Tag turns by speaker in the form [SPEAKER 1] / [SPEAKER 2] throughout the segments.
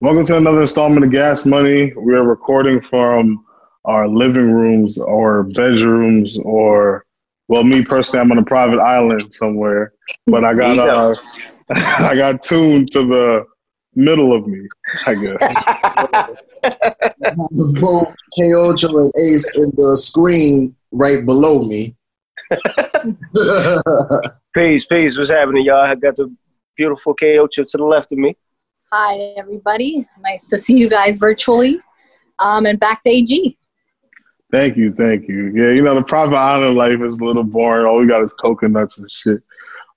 [SPEAKER 1] Welcome to another installment of Gas Money. We are recording from our living rooms or bedrooms or, well, me personally, I'm on a private island somewhere, but I got uh, I got tuned to the middle of me, I guess.
[SPEAKER 2] Both Kaocho and Ace in the screen right below me.
[SPEAKER 3] Peace, peace. What's happening, y'all? I got the beautiful KO chip to the left of me.
[SPEAKER 4] Hi, everybody. Nice to see you guys virtually. Um, and back to AG.
[SPEAKER 1] thank you, thank you. Yeah, you know, the private island life is a little boring. All we got is coconuts and shit.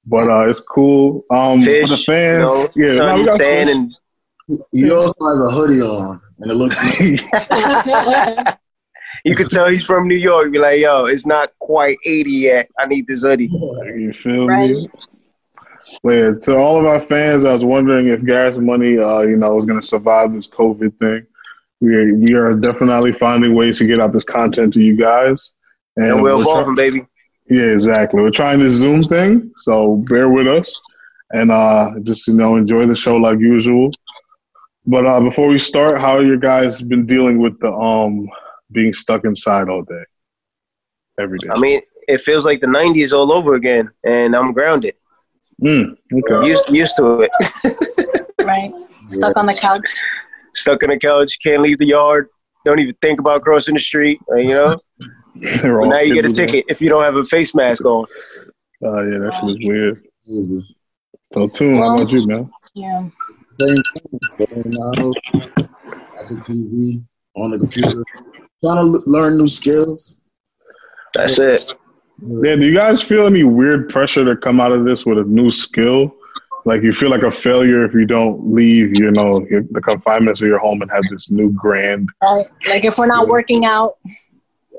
[SPEAKER 1] But uh, it's cool. Um,
[SPEAKER 3] Fish,
[SPEAKER 1] for the fans,
[SPEAKER 3] you know,
[SPEAKER 1] yeah, no,
[SPEAKER 3] sun
[SPEAKER 1] we
[SPEAKER 3] and
[SPEAKER 1] got
[SPEAKER 3] sand,
[SPEAKER 1] fish.
[SPEAKER 3] and
[SPEAKER 2] he also has a hoodie on, and it looks nice.
[SPEAKER 3] you can tell he's from New York. Be like, yo, it's not quite 80 yet. I need this hoodie.
[SPEAKER 1] You feel
[SPEAKER 4] Right.
[SPEAKER 1] me? But yeah, to all of our fans, I was wondering if Gas Money, uh, you know, was going to survive this COVID thing. We are, we are definitely finding ways to get out this content to you guys.
[SPEAKER 3] And we're
[SPEAKER 1] we're try-
[SPEAKER 3] evolving, baby.
[SPEAKER 1] yeah, exactly. We're trying this Zoom thing, so bear with us, and uh, just you know enjoy the show like usual. But uh, before we start, how are your guys been dealing with the um being stuck inside all day, every day?
[SPEAKER 3] I mean, it feels like the 90s all over again, and I'm grounded.
[SPEAKER 1] Mm, okay.
[SPEAKER 3] Used, used to it.
[SPEAKER 4] right. Stuck on the couch.
[SPEAKER 3] Stuck in the couch, can't leave the yard. Don't even think about crossing the street. uh, You know,
[SPEAKER 1] They're
[SPEAKER 3] But
[SPEAKER 1] all
[SPEAKER 3] now you get a
[SPEAKER 1] kids, man.
[SPEAKER 3] ticket if you don't have a face mask on.
[SPEAKER 1] Oh yeah, that shit was weird.
[SPEAKER 2] Easy.
[SPEAKER 1] So Toon, how about you, man?
[SPEAKER 4] Yeah.
[SPEAKER 2] Same thing, stay in the house, watch the TV, on the computer, trying to l- learn new skills.
[SPEAKER 3] That's it.
[SPEAKER 1] Yeah, do you guys feel any weird pressure to come out of this with a new skill? Like you feel like a failure if you don't leave, you know, your, the confinements of your home and have this new grand.
[SPEAKER 4] Right. Like if we're not working out,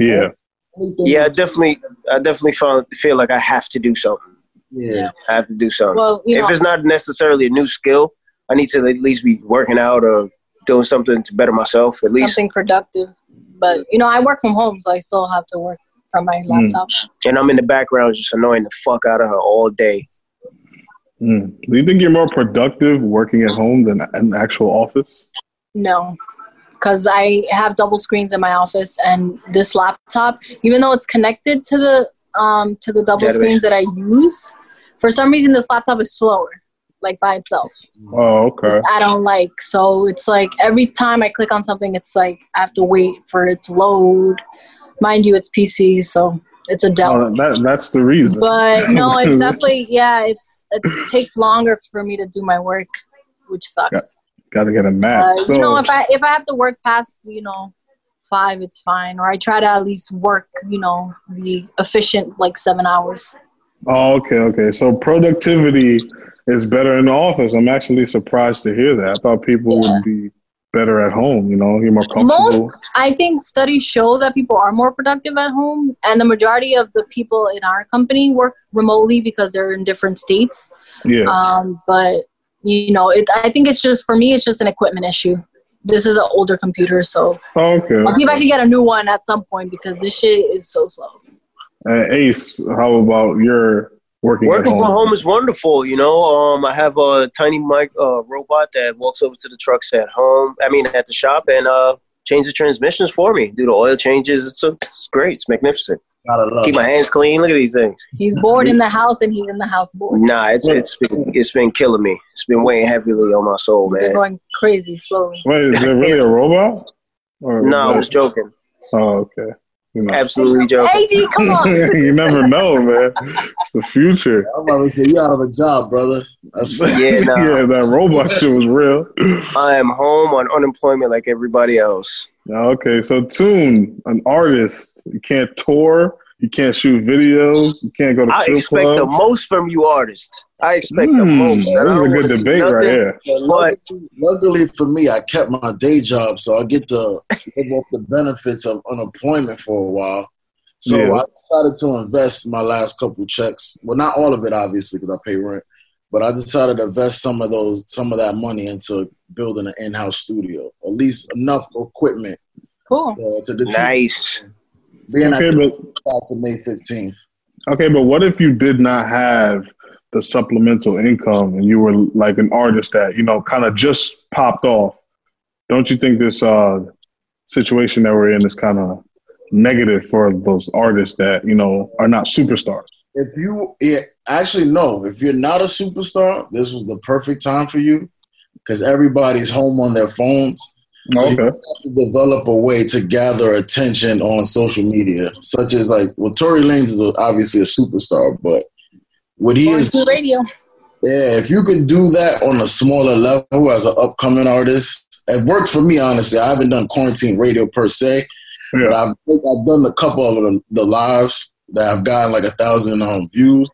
[SPEAKER 1] Yeah,
[SPEAKER 2] Anything-
[SPEAKER 3] Yeah, I definitely, I definitely feel, feel like I have to do something.
[SPEAKER 2] yeah.
[SPEAKER 3] I have to do something.
[SPEAKER 4] well, you know,
[SPEAKER 3] if it's not necessarily a new skill, I need to at least be working out or doing something to better myself. At least,
[SPEAKER 4] something productive. But, you know, I work from home, so I still have to work from
[SPEAKER 3] Hmm.
[SPEAKER 4] my laptop.
[SPEAKER 3] and I'm in the background just annoying the fuck out of her all day.
[SPEAKER 1] Mm. Do you think you're more productive working at home than an actual office?
[SPEAKER 4] No. Because I have double screens in my office and this laptop, even though it's connected to the um, to the double
[SPEAKER 3] Database.
[SPEAKER 4] screens that I use, for some reason this laptop is slower, like by itself.
[SPEAKER 1] Oh, okay.
[SPEAKER 4] I don't like. So it's like every time I click on something, it's like I have to wait for it to load. Mind you, it's PC, so it's a Dell.
[SPEAKER 1] Oh, that that's the reason.
[SPEAKER 4] But no, it's definitely yeah. It's it takes longer for me to do my work, which sucks.
[SPEAKER 1] Got to get a
[SPEAKER 4] Uh,
[SPEAKER 1] map. so,
[SPEAKER 4] you know, if I if I have to work past you know five, it's fine. Or I try to at least work you know the efficient like seven hours.
[SPEAKER 1] oh, okay, okay. So productivity is better in the office. I'm actually surprised to hear that. I thought people
[SPEAKER 4] Yeah.
[SPEAKER 1] would be better at home. You know, you're more comfortable.
[SPEAKER 4] I think studies show that people are more productive at home, and the majority of the people in our company work remotely because they're in different states.
[SPEAKER 1] yeah.
[SPEAKER 4] Um, but you know, it, I think it's just for me, it's just an equipment issue. This is an older computer, so
[SPEAKER 1] Oh, okay.
[SPEAKER 4] I'll see if I can get a new one at some point because this shit is so slow.
[SPEAKER 1] Uh, Ace, how about your working,
[SPEAKER 3] Working
[SPEAKER 1] at
[SPEAKER 3] from
[SPEAKER 1] home?
[SPEAKER 3] home is wonderful, you know. Um, I have a tiny mic uh, robot that walks over to the trucks at home. I mean, at the shop, and uh, change the transmissions for me. Do the oil changes. It's, a, it's great. It's magnificent.
[SPEAKER 2] Gotta
[SPEAKER 1] Oh.
[SPEAKER 2] love
[SPEAKER 3] Keep
[SPEAKER 2] it.
[SPEAKER 3] my hands clean. Look at these things.
[SPEAKER 4] He's bored in the house, and he's in the house bored.
[SPEAKER 3] Nah, it's it's been it's been killing me. It's been weighing heavily on my
[SPEAKER 2] Oh,
[SPEAKER 3] soul,
[SPEAKER 4] They're
[SPEAKER 3] man.
[SPEAKER 4] going crazy slowly.
[SPEAKER 1] Wait, is it really a robot? Or
[SPEAKER 3] No, I was joking.
[SPEAKER 1] Oh, okay. You, know.
[SPEAKER 3] Absolutely joking.
[SPEAKER 4] AD, come on.
[SPEAKER 1] you never know, man. It's the future.
[SPEAKER 2] I'm about to say, you out of a job, brother. That's fair.
[SPEAKER 3] Yeah, nah.
[SPEAKER 1] yeah, that robot shit was real.
[SPEAKER 3] I am home on unemployment like everybody else.
[SPEAKER 1] Now, okay, so Tune, an artist, you can't tour, you can't shoot videos, you can't go to
[SPEAKER 3] I
[SPEAKER 1] strip
[SPEAKER 3] expect
[SPEAKER 1] club.
[SPEAKER 3] the most from you artists. I expect the
[SPEAKER 1] Hmm,
[SPEAKER 3] most. and I
[SPEAKER 1] this is a
[SPEAKER 3] don't
[SPEAKER 1] good
[SPEAKER 3] wanna see
[SPEAKER 1] debate right
[SPEAKER 3] nothing
[SPEAKER 1] here.
[SPEAKER 2] But
[SPEAKER 3] But-
[SPEAKER 2] luckily, luckily for me, I kept my day job, so I get to live off the benefits of unemployment for a while. So
[SPEAKER 1] Yeah.
[SPEAKER 2] I decided to invest my last couple checks. Well, not all of it, obviously, because I pay rent. But I decided to invest some of those, some of that money into building an in-house studio, at least enough equipment
[SPEAKER 4] Cool.
[SPEAKER 2] uh, to the team.
[SPEAKER 3] Nice.
[SPEAKER 2] Being at
[SPEAKER 1] Okay,
[SPEAKER 2] the
[SPEAKER 1] but
[SPEAKER 2] to May 15th.
[SPEAKER 1] Okay, but what if you did not have the supplemental income and you were like an artist that, you know, kind of just popped off don't you think this uh, situation that we're in is kind of negative for those artists that you know are not superstars?
[SPEAKER 2] If you yeah, actually no, if you're not a superstar, this was the perfect time for you because everybody's home on their phones. So okay. you have to develop a way to gather attention on social media, such as like well, Tory Lanez is a, obviously a superstar, but what he
[SPEAKER 4] Or
[SPEAKER 2] is
[SPEAKER 4] do radio.
[SPEAKER 2] yeah, if you could do that on a smaller level as an upcoming artist, it worked for me honestly. I haven't done quarantine radio per se, but
[SPEAKER 1] Yeah.
[SPEAKER 2] I've I've done a couple of the, the lives that I've gotten like a thousand um, views.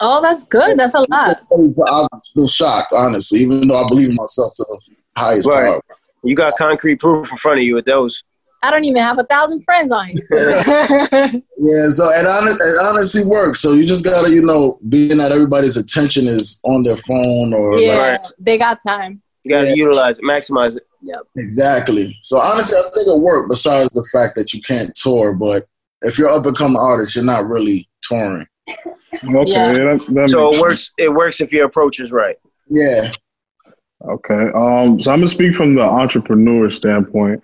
[SPEAKER 4] Oh, that's good. That's a lot.
[SPEAKER 2] I've been shocked honestly, even though I believe in myself to the highest
[SPEAKER 3] Right.
[SPEAKER 2] power.
[SPEAKER 3] You got concrete proof in front of you with those.
[SPEAKER 4] I don't even have a thousand friends on here.
[SPEAKER 2] Yeah, so it, hon- it honestly works. So you just gotta, you know, being that everybody's attention is on their phone or
[SPEAKER 4] yeah,
[SPEAKER 2] like,
[SPEAKER 3] Right.
[SPEAKER 4] they got time.
[SPEAKER 3] You got to
[SPEAKER 2] Yeah.
[SPEAKER 3] utilize it, maximize it.
[SPEAKER 2] exactly. So honestly, I think it worked. Besides the fact that you can't tour, but if you're up and coming artist, you're not really touring.
[SPEAKER 1] Okay.
[SPEAKER 4] Yeah.
[SPEAKER 1] that- that
[SPEAKER 3] So
[SPEAKER 1] makes
[SPEAKER 3] it
[SPEAKER 1] sense.
[SPEAKER 3] works. It works if your approach is right.
[SPEAKER 2] Yeah,
[SPEAKER 1] Okay. Um, so I'm gonna speak from the entrepreneur standpoint.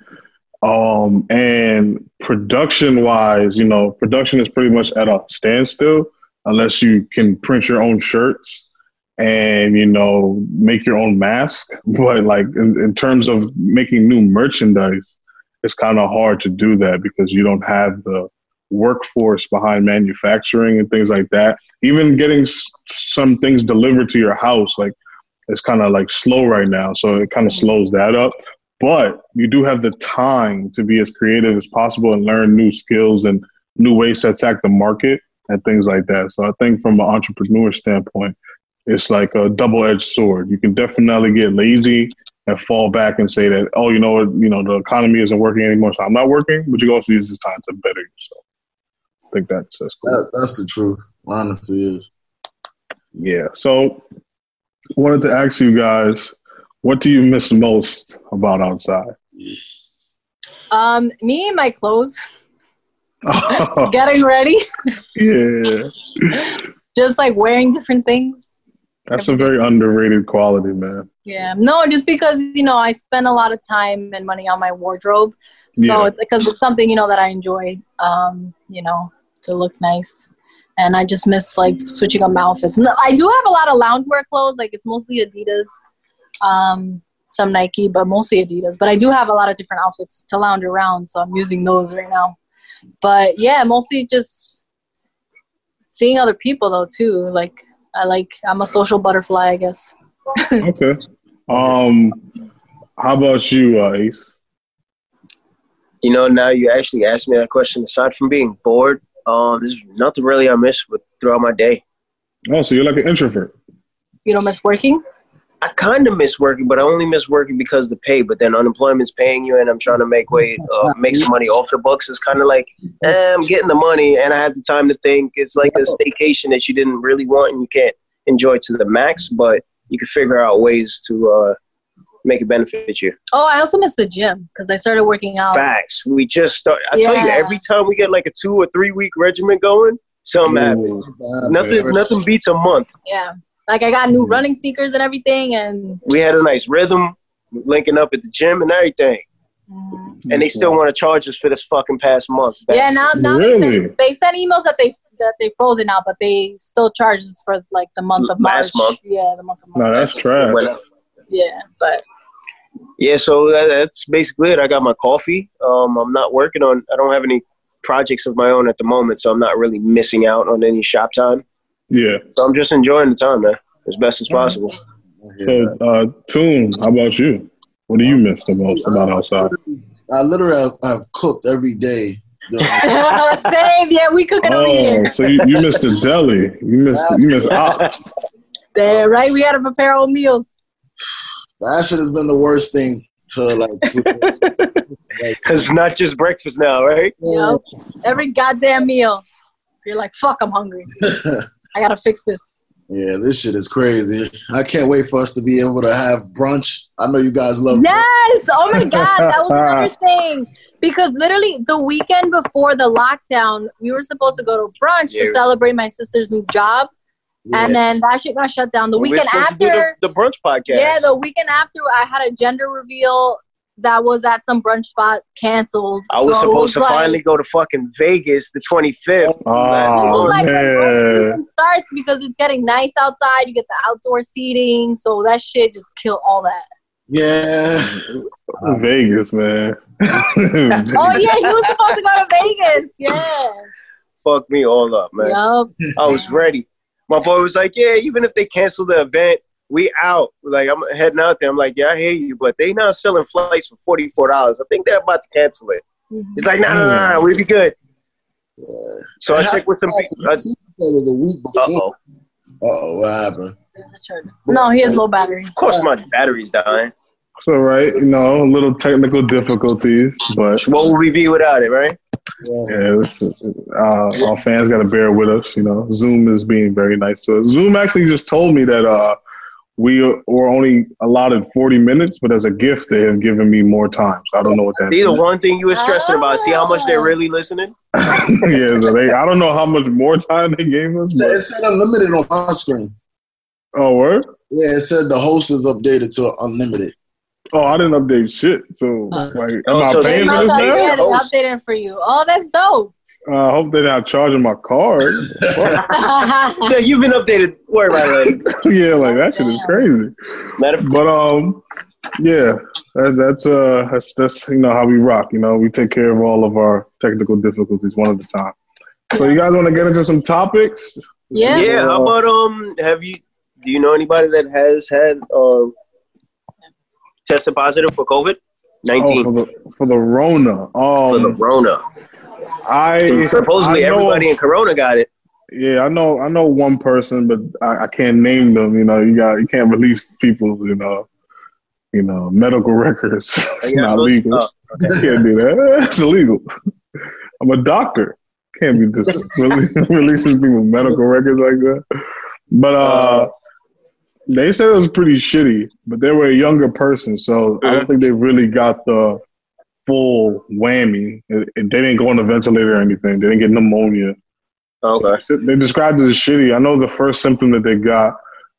[SPEAKER 1] Um, and production wise, you know, production is pretty much at a standstill unless you can print your own shirts and you know make your own mask. But like in, in terms of making new merchandise, it's kind of hard to do that because you don't have the workforce behind manufacturing and things like that. Even getting s- some things delivered to your house, like it's kind of like slow right now, so it kind of slows that up. But you do have the time to be as creative as possible and learn new skills and new ways to attack the market and things like that. So I think from an entrepreneur standpoint, it's like a double-edged sword. You can definitely get lazy and fall back and say that, oh, you know what, you know, the economy isn't working anymore, so I'm not working. But you can also use this time to better yourself. I think that's that's cool.
[SPEAKER 2] that, that's the truth. Honestly, is
[SPEAKER 1] Yeah. So wanted to ask you guys, what do you miss most about outside?
[SPEAKER 4] Um, me and my clothes,
[SPEAKER 2] Oh.
[SPEAKER 4] getting ready,
[SPEAKER 1] yeah.
[SPEAKER 4] just like wearing different things.
[SPEAKER 1] That's a very underrated quality, man.
[SPEAKER 4] Yeah, no, just because you know I spend a lot of time and money on my wardrobe, so
[SPEAKER 1] Yeah.
[SPEAKER 4] it's because it's something you know that I enjoy, um, you know, to look nice, and I just miss like switching up my outfits. No, I do have a lot of loungewear clothes, like it's mostly Adidas, um, some Nike, but mostly Adidas. But I do have a lot of different outfits to lounge around, so I'm using those right now. But yeah, mostly just seeing other people though too. Like I like I'm a social butterfly, I guess.
[SPEAKER 1] Okay. Um how about you, uh, Ace?
[SPEAKER 3] You know, now you actually asked me that question. Aside from being bored, um, there's nothing really I miss with, throughout my day.
[SPEAKER 1] Oh, so you're like an introvert.
[SPEAKER 4] You don't miss working?
[SPEAKER 3] I kind of miss working, but I only miss working because the pay. But then unemployment's paying you, and I'm trying to make way, uh, make some money off the books. It's kind of like eh, I'm getting the money, and I have the time to think. It's like a staycation that you didn't really want, and you can't enjoy to the max, but you can figure out ways to uh, make it benefit you.
[SPEAKER 4] Oh, I also miss the gym because I started working out.
[SPEAKER 3] Facts. We just start. I tell you,
[SPEAKER 4] Yeah.
[SPEAKER 3] every time we get like a two or three week regimen going, something happens. Nothing, nothing beats a month.
[SPEAKER 4] Yeah. Like I got new
[SPEAKER 1] Mhm.
[SPEAKER 4] running sneakers and everything and
[SPEAKER 3] We had a nice rhythm, linking up at the gym and everything,
[SPEAKER 4] mm,
[SPEAKER 3] and they still want to charge us for this fucking past month.
[SPEAKER 4] yeah, now now they,
[SPEAKER 1] Really?
[SPEAKER 4] send, they send emails that they that they froze it out, but they still charge us for like the month of
[SPEAKER 3] Last
[SPEAKER 4] March.
[SPEAKER 3] month.
[SPEAKER 4] Yeah, the month of March.
[SPEAKER 1] No, that's trash.
[SPEAKER 3] When-
[SPEAKER 4] yeah, but
[SPEAKER 3] yeah, so that, that's basically it. I got my coffee. Um, I'm not working on. I don't have any projects of my own at the moment, so I'm not really missing out on any shop time.
[SPEAKER 1] Yeah.
[SPEAKER 3] So I'm just enjoying the time, man, as best as possible.
[SPEAKER 1] So uh Toon, how about you? What do you miss the most about outside?
[SPEAKER 2] I literally have, have cooked every day. during-
[SPEAKER 4] same. Yeah, we cook it over
[SPEAKER 1] Oh,
[SPEAKER 4] here.
[SPEAKER 1] so you, you missed the deli. You missed you missed out.
[SPEAKER 4] There, right? We had to prepare our meals.
[SPEAKER 2] that shit has been the worst thing to like. to- like,
[SPEAKER 3] Cause it's not just breakfast now, right?
[SPEAKER 4] You know, every goddamn meal. You're like, fuck, I'm hungry.
[SPEAKER 2] yeah.
[SPEAKER 4] I gotta fix this.
[SPEAKER 2] Yeah, this shit is crazy. I can't wait for us to be able to have brunch. I know you guys love brunch.
[SPEAKER 4] Yes. Oh my God. That was another thing. Because literally the weekend before the lockdown, we were supposed to go to brunch
[SPEAKER 3] Yeah.
[SPEAKER 4] to celebrate my sister's new job.
[SPEAKER 2] Yeah.
[SPEAKER 4] And then that shit got shut down. The
[SPEAKER 3] We're
[SPEAKER 4] weekend
[SPEAKER 3] supposed to do
[SPEAKER 4] after.
[SPEAKER 3] the, the brunch podcast.
[SPEAKER 4] Yeah, the weekend after I had a gender reveal that was at some brunch spot canceled.
[SPEAKER 3] I was
[SPEAKER 4] So
[SPEAKER 3] supposed to
[SPEAKER 4] like-
[SPEAKER 3] finally go to fucking Vegas the 25th.
[SPEAKER 4] It was
[SPEAKER 1] Oh,
[SPEAKER 4] like when brunch
[SPEAKER 1] man.
[SPEAKER 4] season starts because it's getting nice outside. You get the outdoor seating, so that shit just kill all that.
[SPEAKER 2] Yeah.
[SPEAKER 1] Vegas, man.
[SPEAKER 4] Oh yeah, you were supposed to go to Vegas. Yeah.
[SPEAKER 3] Fuck me all up, man.
[SPEAKER 4] Yup.
[SPEAKER 3] I was ready. My boy was like, "Yeah, even if they cancel the event, we out." Like I'm heading out there. I'm like, "Yeah, I hear you, but they not selling flights for forty four dollars. I think they're about to cancel it."
[SPEAKER 4] Mhm.
[SPEAKER 3] He's like, "Nah, nah, nah, nah we be good."
[SPEAKER 2] yeah.
[SPEAKER 3] So I checked with some. Uh
[SPEAKER 2] the week
[SPEAKER 3] oh,
[SPEAKER 2] before. Oh, what happened?
[SPEAKER 4] There's a turn. No, he has low battery.
[SPEAKER 3] of course my battery's dying.
[SPEAKER 1] It's all right. You know, a little technical difficulties, but
[SPEAKER 3] What would we be without it, right?
[SPEAKER 2] Yeah.
[SPEAKER 1] yeah, it's, uh, our fans got to bear with us. You know, Zoom is being very nice to us. Zoom actually just told me that uh, we were only allotted 40 minutes, but as a gift, they have given me more time. So I don't know what that
[SPEAKER 3] See the
[SPEAKER 1] means.
[SPEAKER 3] one thing you were stressing about. See how much they're
[SPEAKER 4] Ah.
[SPEAKER 3] really listening.
[SPEAKER 1] yeah, so they, I don't know how much more time they gave us.
[SPEAKER 2] It said,
[SPEAKER 1] But,
[SPEAKER 2] it said unlimited on my screen.
[SPEAKER 1] oh, word?
[SPEAKER 2] Yeah, it said the host is updated to unlimited.
[SPEAKER 1] Oh, I didn't update shit. So, like, am
[SPEAKER 3] Oh,
[SPEAKER 1] I
[SPEAKER 3] so
[SPEAKER 4] They
[SPEAKER 1] paying for
[SPEAKER 4] must
[SPEAKER 1] this
[SPEAKER 4] have
[SPEAKER 1] now?
[SPEAKER 4] updated it- updated it for you. Oh, that's dope.
[SPEAKER 1] Uh, I hope they're not charging my card. Fuck.
[SPEAKER 3] Yeah, you've been updated. Worry about it. Later.
[SPEAKER 1] yeah, like that shit is crazy.
[SPEAKER 3] Matter of
[SPEAKER 1] But um, yeah, that, that's uh, that's that's you know how we rock. You know, we take care of all of our technical difficulties one at a time. So you guys want to get into some topics?
[SPEAKER 4] yeah.
[SPEAKER 3] yeah, how about um? Have you? Do you know anybody that has had um tested positive for COVID
[SPEAKER 1] Oh,
[SPEAKER 3] nineteen
[SPEAKER 1] for the for the Rona.
[SPEAKER 3] for the
[SPEAKER 1] Um,
[SPEAKER 3] Rona?
[SPEAKER 1] I
[SPEAKER 3] Supposedly
[SPEAKER 1] I know-
[SPEAKER 3] everybody in Corona got it.
[SPEAKER 1] Yeah, I know. I know one person, but I, I can't name them. You know, you got you can't release people. You know, you know, medical records. it's
[SPEAKER 3] Are you
[SPEAKER 1] not
[SPEAKER 3] supposed-
[SPEAKER 1] legal.
[SPEAKER 3] oh,
[SPEAKER 1] You can't do that. It's illegal. I'm a doctor. Can't be just rele- releasing people medical records like that. But uh, they said it was pretty shitty. But they were a younger person, so I don't think they really got the full whammy. It- it- they didn't go on a ventilator or anything. They didn't get pneumonia.
[SPEAKER 3] oh, okay.
[SPEAKER 1] They described it as shitty. I know the first symptom that they got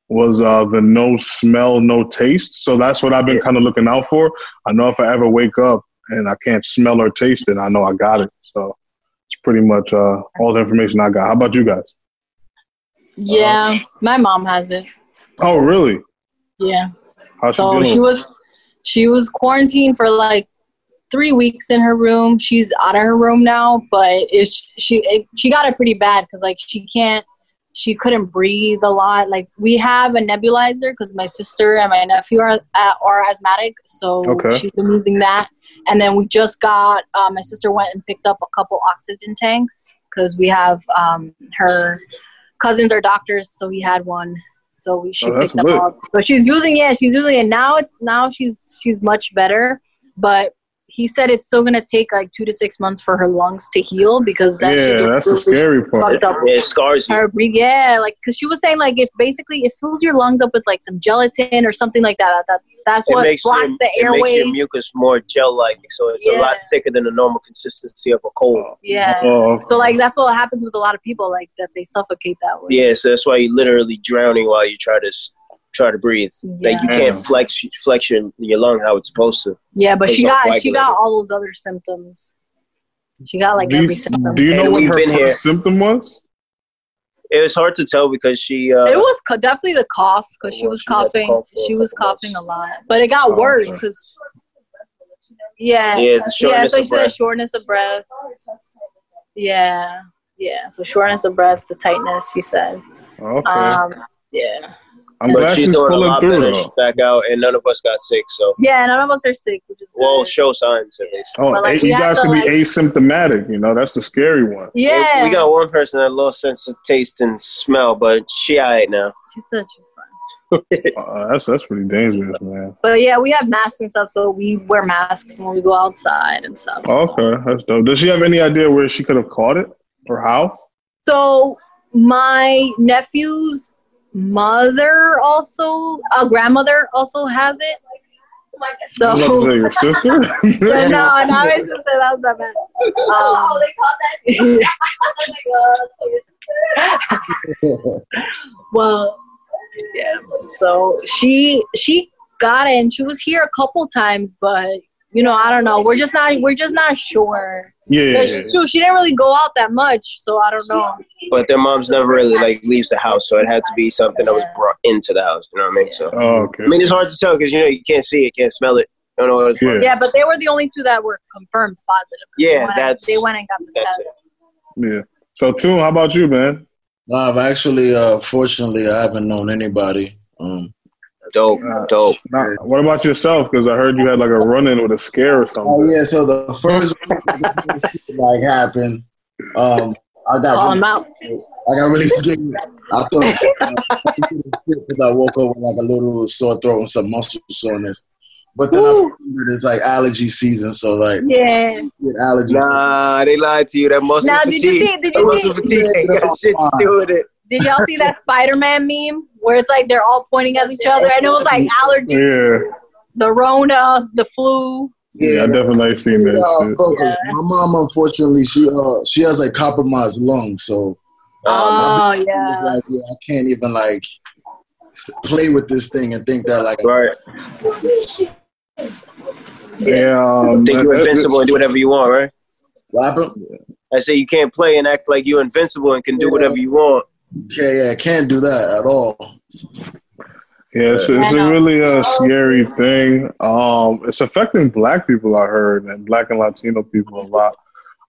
[SPEAKER 1] was uh, the no smell, no taste. So that's what I've been kind of looking out for. I know if I ever wake up and I can't smell or taste it, I know I got it. So it's pretty much uh, all the information I got. How about you guys?
[SPEAKER 4] Yeah, my mom has it.
[SPEAKER 1] Oh, really?
[SPEAKER 4] Yeah.
[SPEAKER 1] How
[SPEAKER 4] so she was she was quarantined for like three weeks in her room. She's out of her room now, but it's she it, she got it pretty bad because like she can't she couldn't breathe a lot. Like we have a nebulizer because my sister and my nephew are uh, are asthmatic, so
[SPEAKER 1] Okay.
[SPEAKER 4] she's been using that. And then we just got uh, my sister went and picked up a couple oxygen tanks because we have um, her cousins are doctors, so we had one. So we she
[SPEAKER 1] Oh, that's
[SPEAKER 4] picked them
[SPEAKER 1] lit.
[SPEAKER 4] up. But she's using it. She's using it now. It's now she's she's much better. But he said it's still gonna take like two to six months for her lungs to heal because that shit
[SPEAKER 1] yeah,
[SPEAKER 4] is
[SPEAKER 1] that's the
[SPEAKER 4] really
[SPEAKER 1] scary part.
[SPEAKER 4] fucked up.
[SPEAKER 3] It scars you.
[SPEAKER 4] Her breathe- yeah, like because she was saying like if basically it fills your lungs up with like some gelatin or something like that. That that's
[SPEAKER 3] It
[SPEAKER 4] what
[SPEAKER 3] makes your,
[SPEAKER 4] blocks the
[SPEAKER 3] it makes your
[SPEAKER 4] airways.
[SPEAKER 3] mucus more gel like, so it's a
[SPEAKER 4] Yeah.
[SPEAKER 3] lot thicker than the normal consistency of a cold.
[SPEAKER 4] Yeah.
[SPEAKER 1] Oh,
[SPEAKER 4] So like that's what happens with a lot of people like that they suffocate that way.
[SPEAKER 3] Yeah, so that's why you're literally drowning while you try to s- try to breathe. Like you
[SPEAKER 1] Yeah.
[SPEAKER 3] can't flex flex your your lung how it's supposed to.
[SPEAKER 4] Yeah, but
[SPEAKER 3] It's
[SPEAKER 4] she
[SPEAKER 3] all
[SPEAKER 4] got
[SPEAKER 3] white
[SPEAKER 4] she
[SPEAKER 3] leather.
[SPEAKER 4] got all those other symptoms. She got like
[SPEAKER 1] do, you,
[SPEAKER 4] every symptom.
[SPEAKER 1] do you know
[SPEAKER 3] And
[SPEAKER 1] what
[SPEAKER 3] we've
[SPEAKER 1] her
[SPEAKER 3] been
[SPEAKER 1] first
[SPEAKER 3] here.
[SPEAKER 1] symptom was?
[SPEAKER 3] It was hard to tell because she. Uh,
[SPEAKER 4] it was co- definitely the cough because she
[SPEAKER 3] Well,
[SPEAKER 4] was
[SPEAKER 3] Oh, she had the
[SPEAKER 4] coughing.
[SPEAKER 3] cough for a
[SPEAKER 4] she was
[SPEAKER 3] couple months.
[SPEAKER 4] coughing a lot, but it got
[SPEAKER 1] Oh,
[SPEAKER 4] worse
[SPEAKER 1] okay.
[SPEAKER 4] because
[SPEAKER 3] Yeah,
[SPEAKER 4] yeah,
[SPEAKER 3] the
[SPEAKER 4] yeah.
[SPEAKER 3] shortness
[SPEAKER 4] So
[SPEAKER 3] of
[SPEAKER 4] she said
[SPEAKER 3] breath.
[SPEAKER 4] shortness of breath. Yeah, yeah. So shortness of breath, the tightness. She said.
[SPEAKER 1] Okay,
[SPEAKER 4] Um, yeah,
[SPEAKER 1] I'm
[SPEAKER 3] but
[SPEAKER 1] glad
[SPEAKER 3] she's
[SPEAKER 1] she's
[SPEAKER 3] doing a
[SPEAKER 1] pulling
[SPEAKER 3] lot
[SPEAKER 1] through
[SPEAKER 3] better. She's
[SPEAKER 1] though.
[SPEAKER 3] back out, and none of us got sick. So,
[SPEAKER 4] yeah. None of us are sick, which is
[SPEAKER 3] well,
[SPEAKER 4] good.
[SPEAKER 3] show signs at least.
[SPEAKER 1] Oh,
[SPEAKER 4] But, like,
[SPEAKER 1] you
[SPEAKER 4] you have
[SPEAKER 1] guys
[SPEAKER 4] to,
[SPEAKER 1] could be
[SPEAKER 4] like-
[SPEAKER 1] asymptomatic. You know, that's the scary one.
[SPEAKER 4] yeah.
[SPEAKER 3] We got one person that lost sense of taste and smell, but she alright now.
[SPEAKER 4] She's such a fun.
[SPEAKER 1] Uh, that's that's pretty dangerous, man.
[SPEAKER 4] But yeah, we have masks and stuff, so we wear masks when we go outside and stuff.
[SPEAKER 1] Okay, that's dope. Does she have any idea where she could have caught it or how?
[SPEAKER 4] So my nephew's mother also, a grandmother also has it.
[SPEAKER 1] I was about to
[SPEAKER 4] So
[SPEAKER 1] say your sister.
[SPEAKER 4] no, no, my sister, that was that bad.
[SPEAKER 5] Oh, they call that?
[SPEAKER 4] Um,
[SPEAKER 5] Oh my god.
[SPEAKER 4] Um, well, yeah. So she she got it, and she was here a couple times, but you know, I don't know. We're just not we're just not sure.
[SPEAKER 1] Yeah, yeah,
[SPEAKER 4] There's
[SPEAKER 1] yeah.
[SPEAKER 4] too, she didn't really go out that much, so I don't know.
[SPEAKER 3] But their mom's never really like leaves the house, so it had to be something that was brought into the house. You know what I mean? So
[SPEAKER 1] Oh, okay.
[SPEAKER 3] I mean, it's hard to tell because you know you can't see it, can't smell it. Don't know what it's
[SPEAKER 1] Yeah.
[SPEAKER 3] yeah.
[SPEAKER 4] Yeah, but they were the only two that were confirmed positive.
[SPEAKER 3] Yeah,
[SPEAKER 4] they went,
[SPEAKER 3] that's-
[SPEAKER 4] they went and got the
[SPEAKER 3] that's
[SPEAKER 4] test.
[SPEAKER 1] Yeah. So, Tune, how about you, man?
[SPEAKER 2] Nah, I've actually, uh, fortunately, I haven't known anybody. Um,
[SPEAKER 3] dope,
[SPEAKER 1] Uh,
[SPEAKER 3] dope.
[SPEAKER 1] Nah, what about yourself? Because I heard you had like a run in with a scare or something.
[SPEAKER 2] oh yeah, so the first like happened. Um, I got
[SPEAKER 4] Call
[SPEAKER 2] really,
[SPEAKER 4] them out.
[SPEAKER 2] I got really scared. I thought because I woke up with like a little sore throat and some muscle soreness. But then I
[SPEAKER 4] Woo.
[SPEAKER 2] figured it's like allergy season, so like
[SPEAKER 4] Yeah.
[SPEAKER 2] get allergies.
[SPEAKER 3] Nah, they lied to you. That muscle
[SPEAKER 4] Now, did
[SPEAKER 3] fatigue.
[SPEAKER 4] you see? Did
[SPEAKER 3] that
[SPEAKER 4] you
[SPEAKER 3] muscle
[SPEAKER 4] see?
[SPEAKER 3] fatigue ain't got shit to do with it.
[SPEAKER 4] Did y'all see that Spider-Man meme where it's like they're all pointing at each other and it was like allergies,
[SPEAKER 1] Yeah.
[SPEAKER 4] the Rona, the flu.
[SPEAKER 1] Yeah, I definitely ain't seen
[SPEAKER 2] Yeah,
[SPEAKER 1] that.
[SPEAKER 2] focus. My mom, unfortunately, she uh she has like compromised lungs, so
[SPEAKER 3] Um,
[SPEAKER 4] Oh
[SPEAKER 2] she was
[SPEAKER 4] yeah.
[SPEAKER 2] like yeah, I can't even like s- play with this thing and think that like
[SPEAKER 3] Um, right.
[SPEAKER 1] shit. Yeah. Um,
[SPEAKER 3] Think you're invincible and do whatever you want, right?
[SPEAKER 2] what happened?
[SPEAKER 3] I say you can't play and act like you're invincible and can do whatever you want.
[SPEAKER 2] Yeah, yeah, I can't do that at all.
[SPEAKER 1] Yeah, it's, it's
[SPEAKER 4] I
[SPEAKER 1] a
[SPEAKER 4] know. Oh,
[SPEAKER 1] really uh, scary thing. Um, it's affecting black people, I heard, and black and Latino people a lot.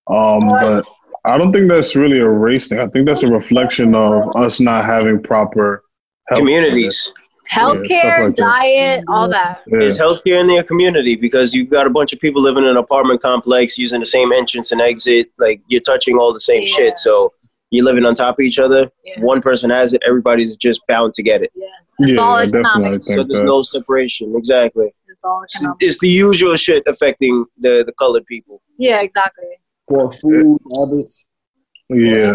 [SPEAKER 1] Um, but I don't think that's really a race thing. I think that's a reflection of us not having proper health
[SPEAKER 3] Communities.
[SPEAKER 1] stuff
[SPEAKER 4] Healthcare,
[SPEAKER 1] like that.
[SPEAKER 4] diet, all that.
[SPEAKER 1] care. Yeah.
[SPEAKER 3] Is healthcare in their community because you've got a bunch of people living in an apartment complex using the same entrance and exit. Like you're touching all the same
[SPEAKER 4] Yeah.
[SPEAKER 3] shit. So you're living on top of each other.
[SPEAKER 4] Yeah.
[SPEAKER 3] One person has it, everybody's just bound to get it.
[SPEAKER 4] Yeah. It's
[SPEAKER 1] yeah,
[SPEAKER 4] all
[SPEAKER 1] I definitely
[SPEAKER 4] economic.
[SPEAKER 3] So
[SPEAKER 1] think
[SPEAKER 3] there's
[SPEAKER 1] that.
[SPEAKER 3] no separation. Exactly.
[SPEAKER 4] It's all
[SPEAKER 3] It's,
[SPEAKER 4] economic.
[SPEAKER 3] it's the usual shit affecting the, the colored people.
[SPEAKER 4] Yeah, exactly.
[SPEAKER 2] For food habits,
[SPEAKER 1] yeah.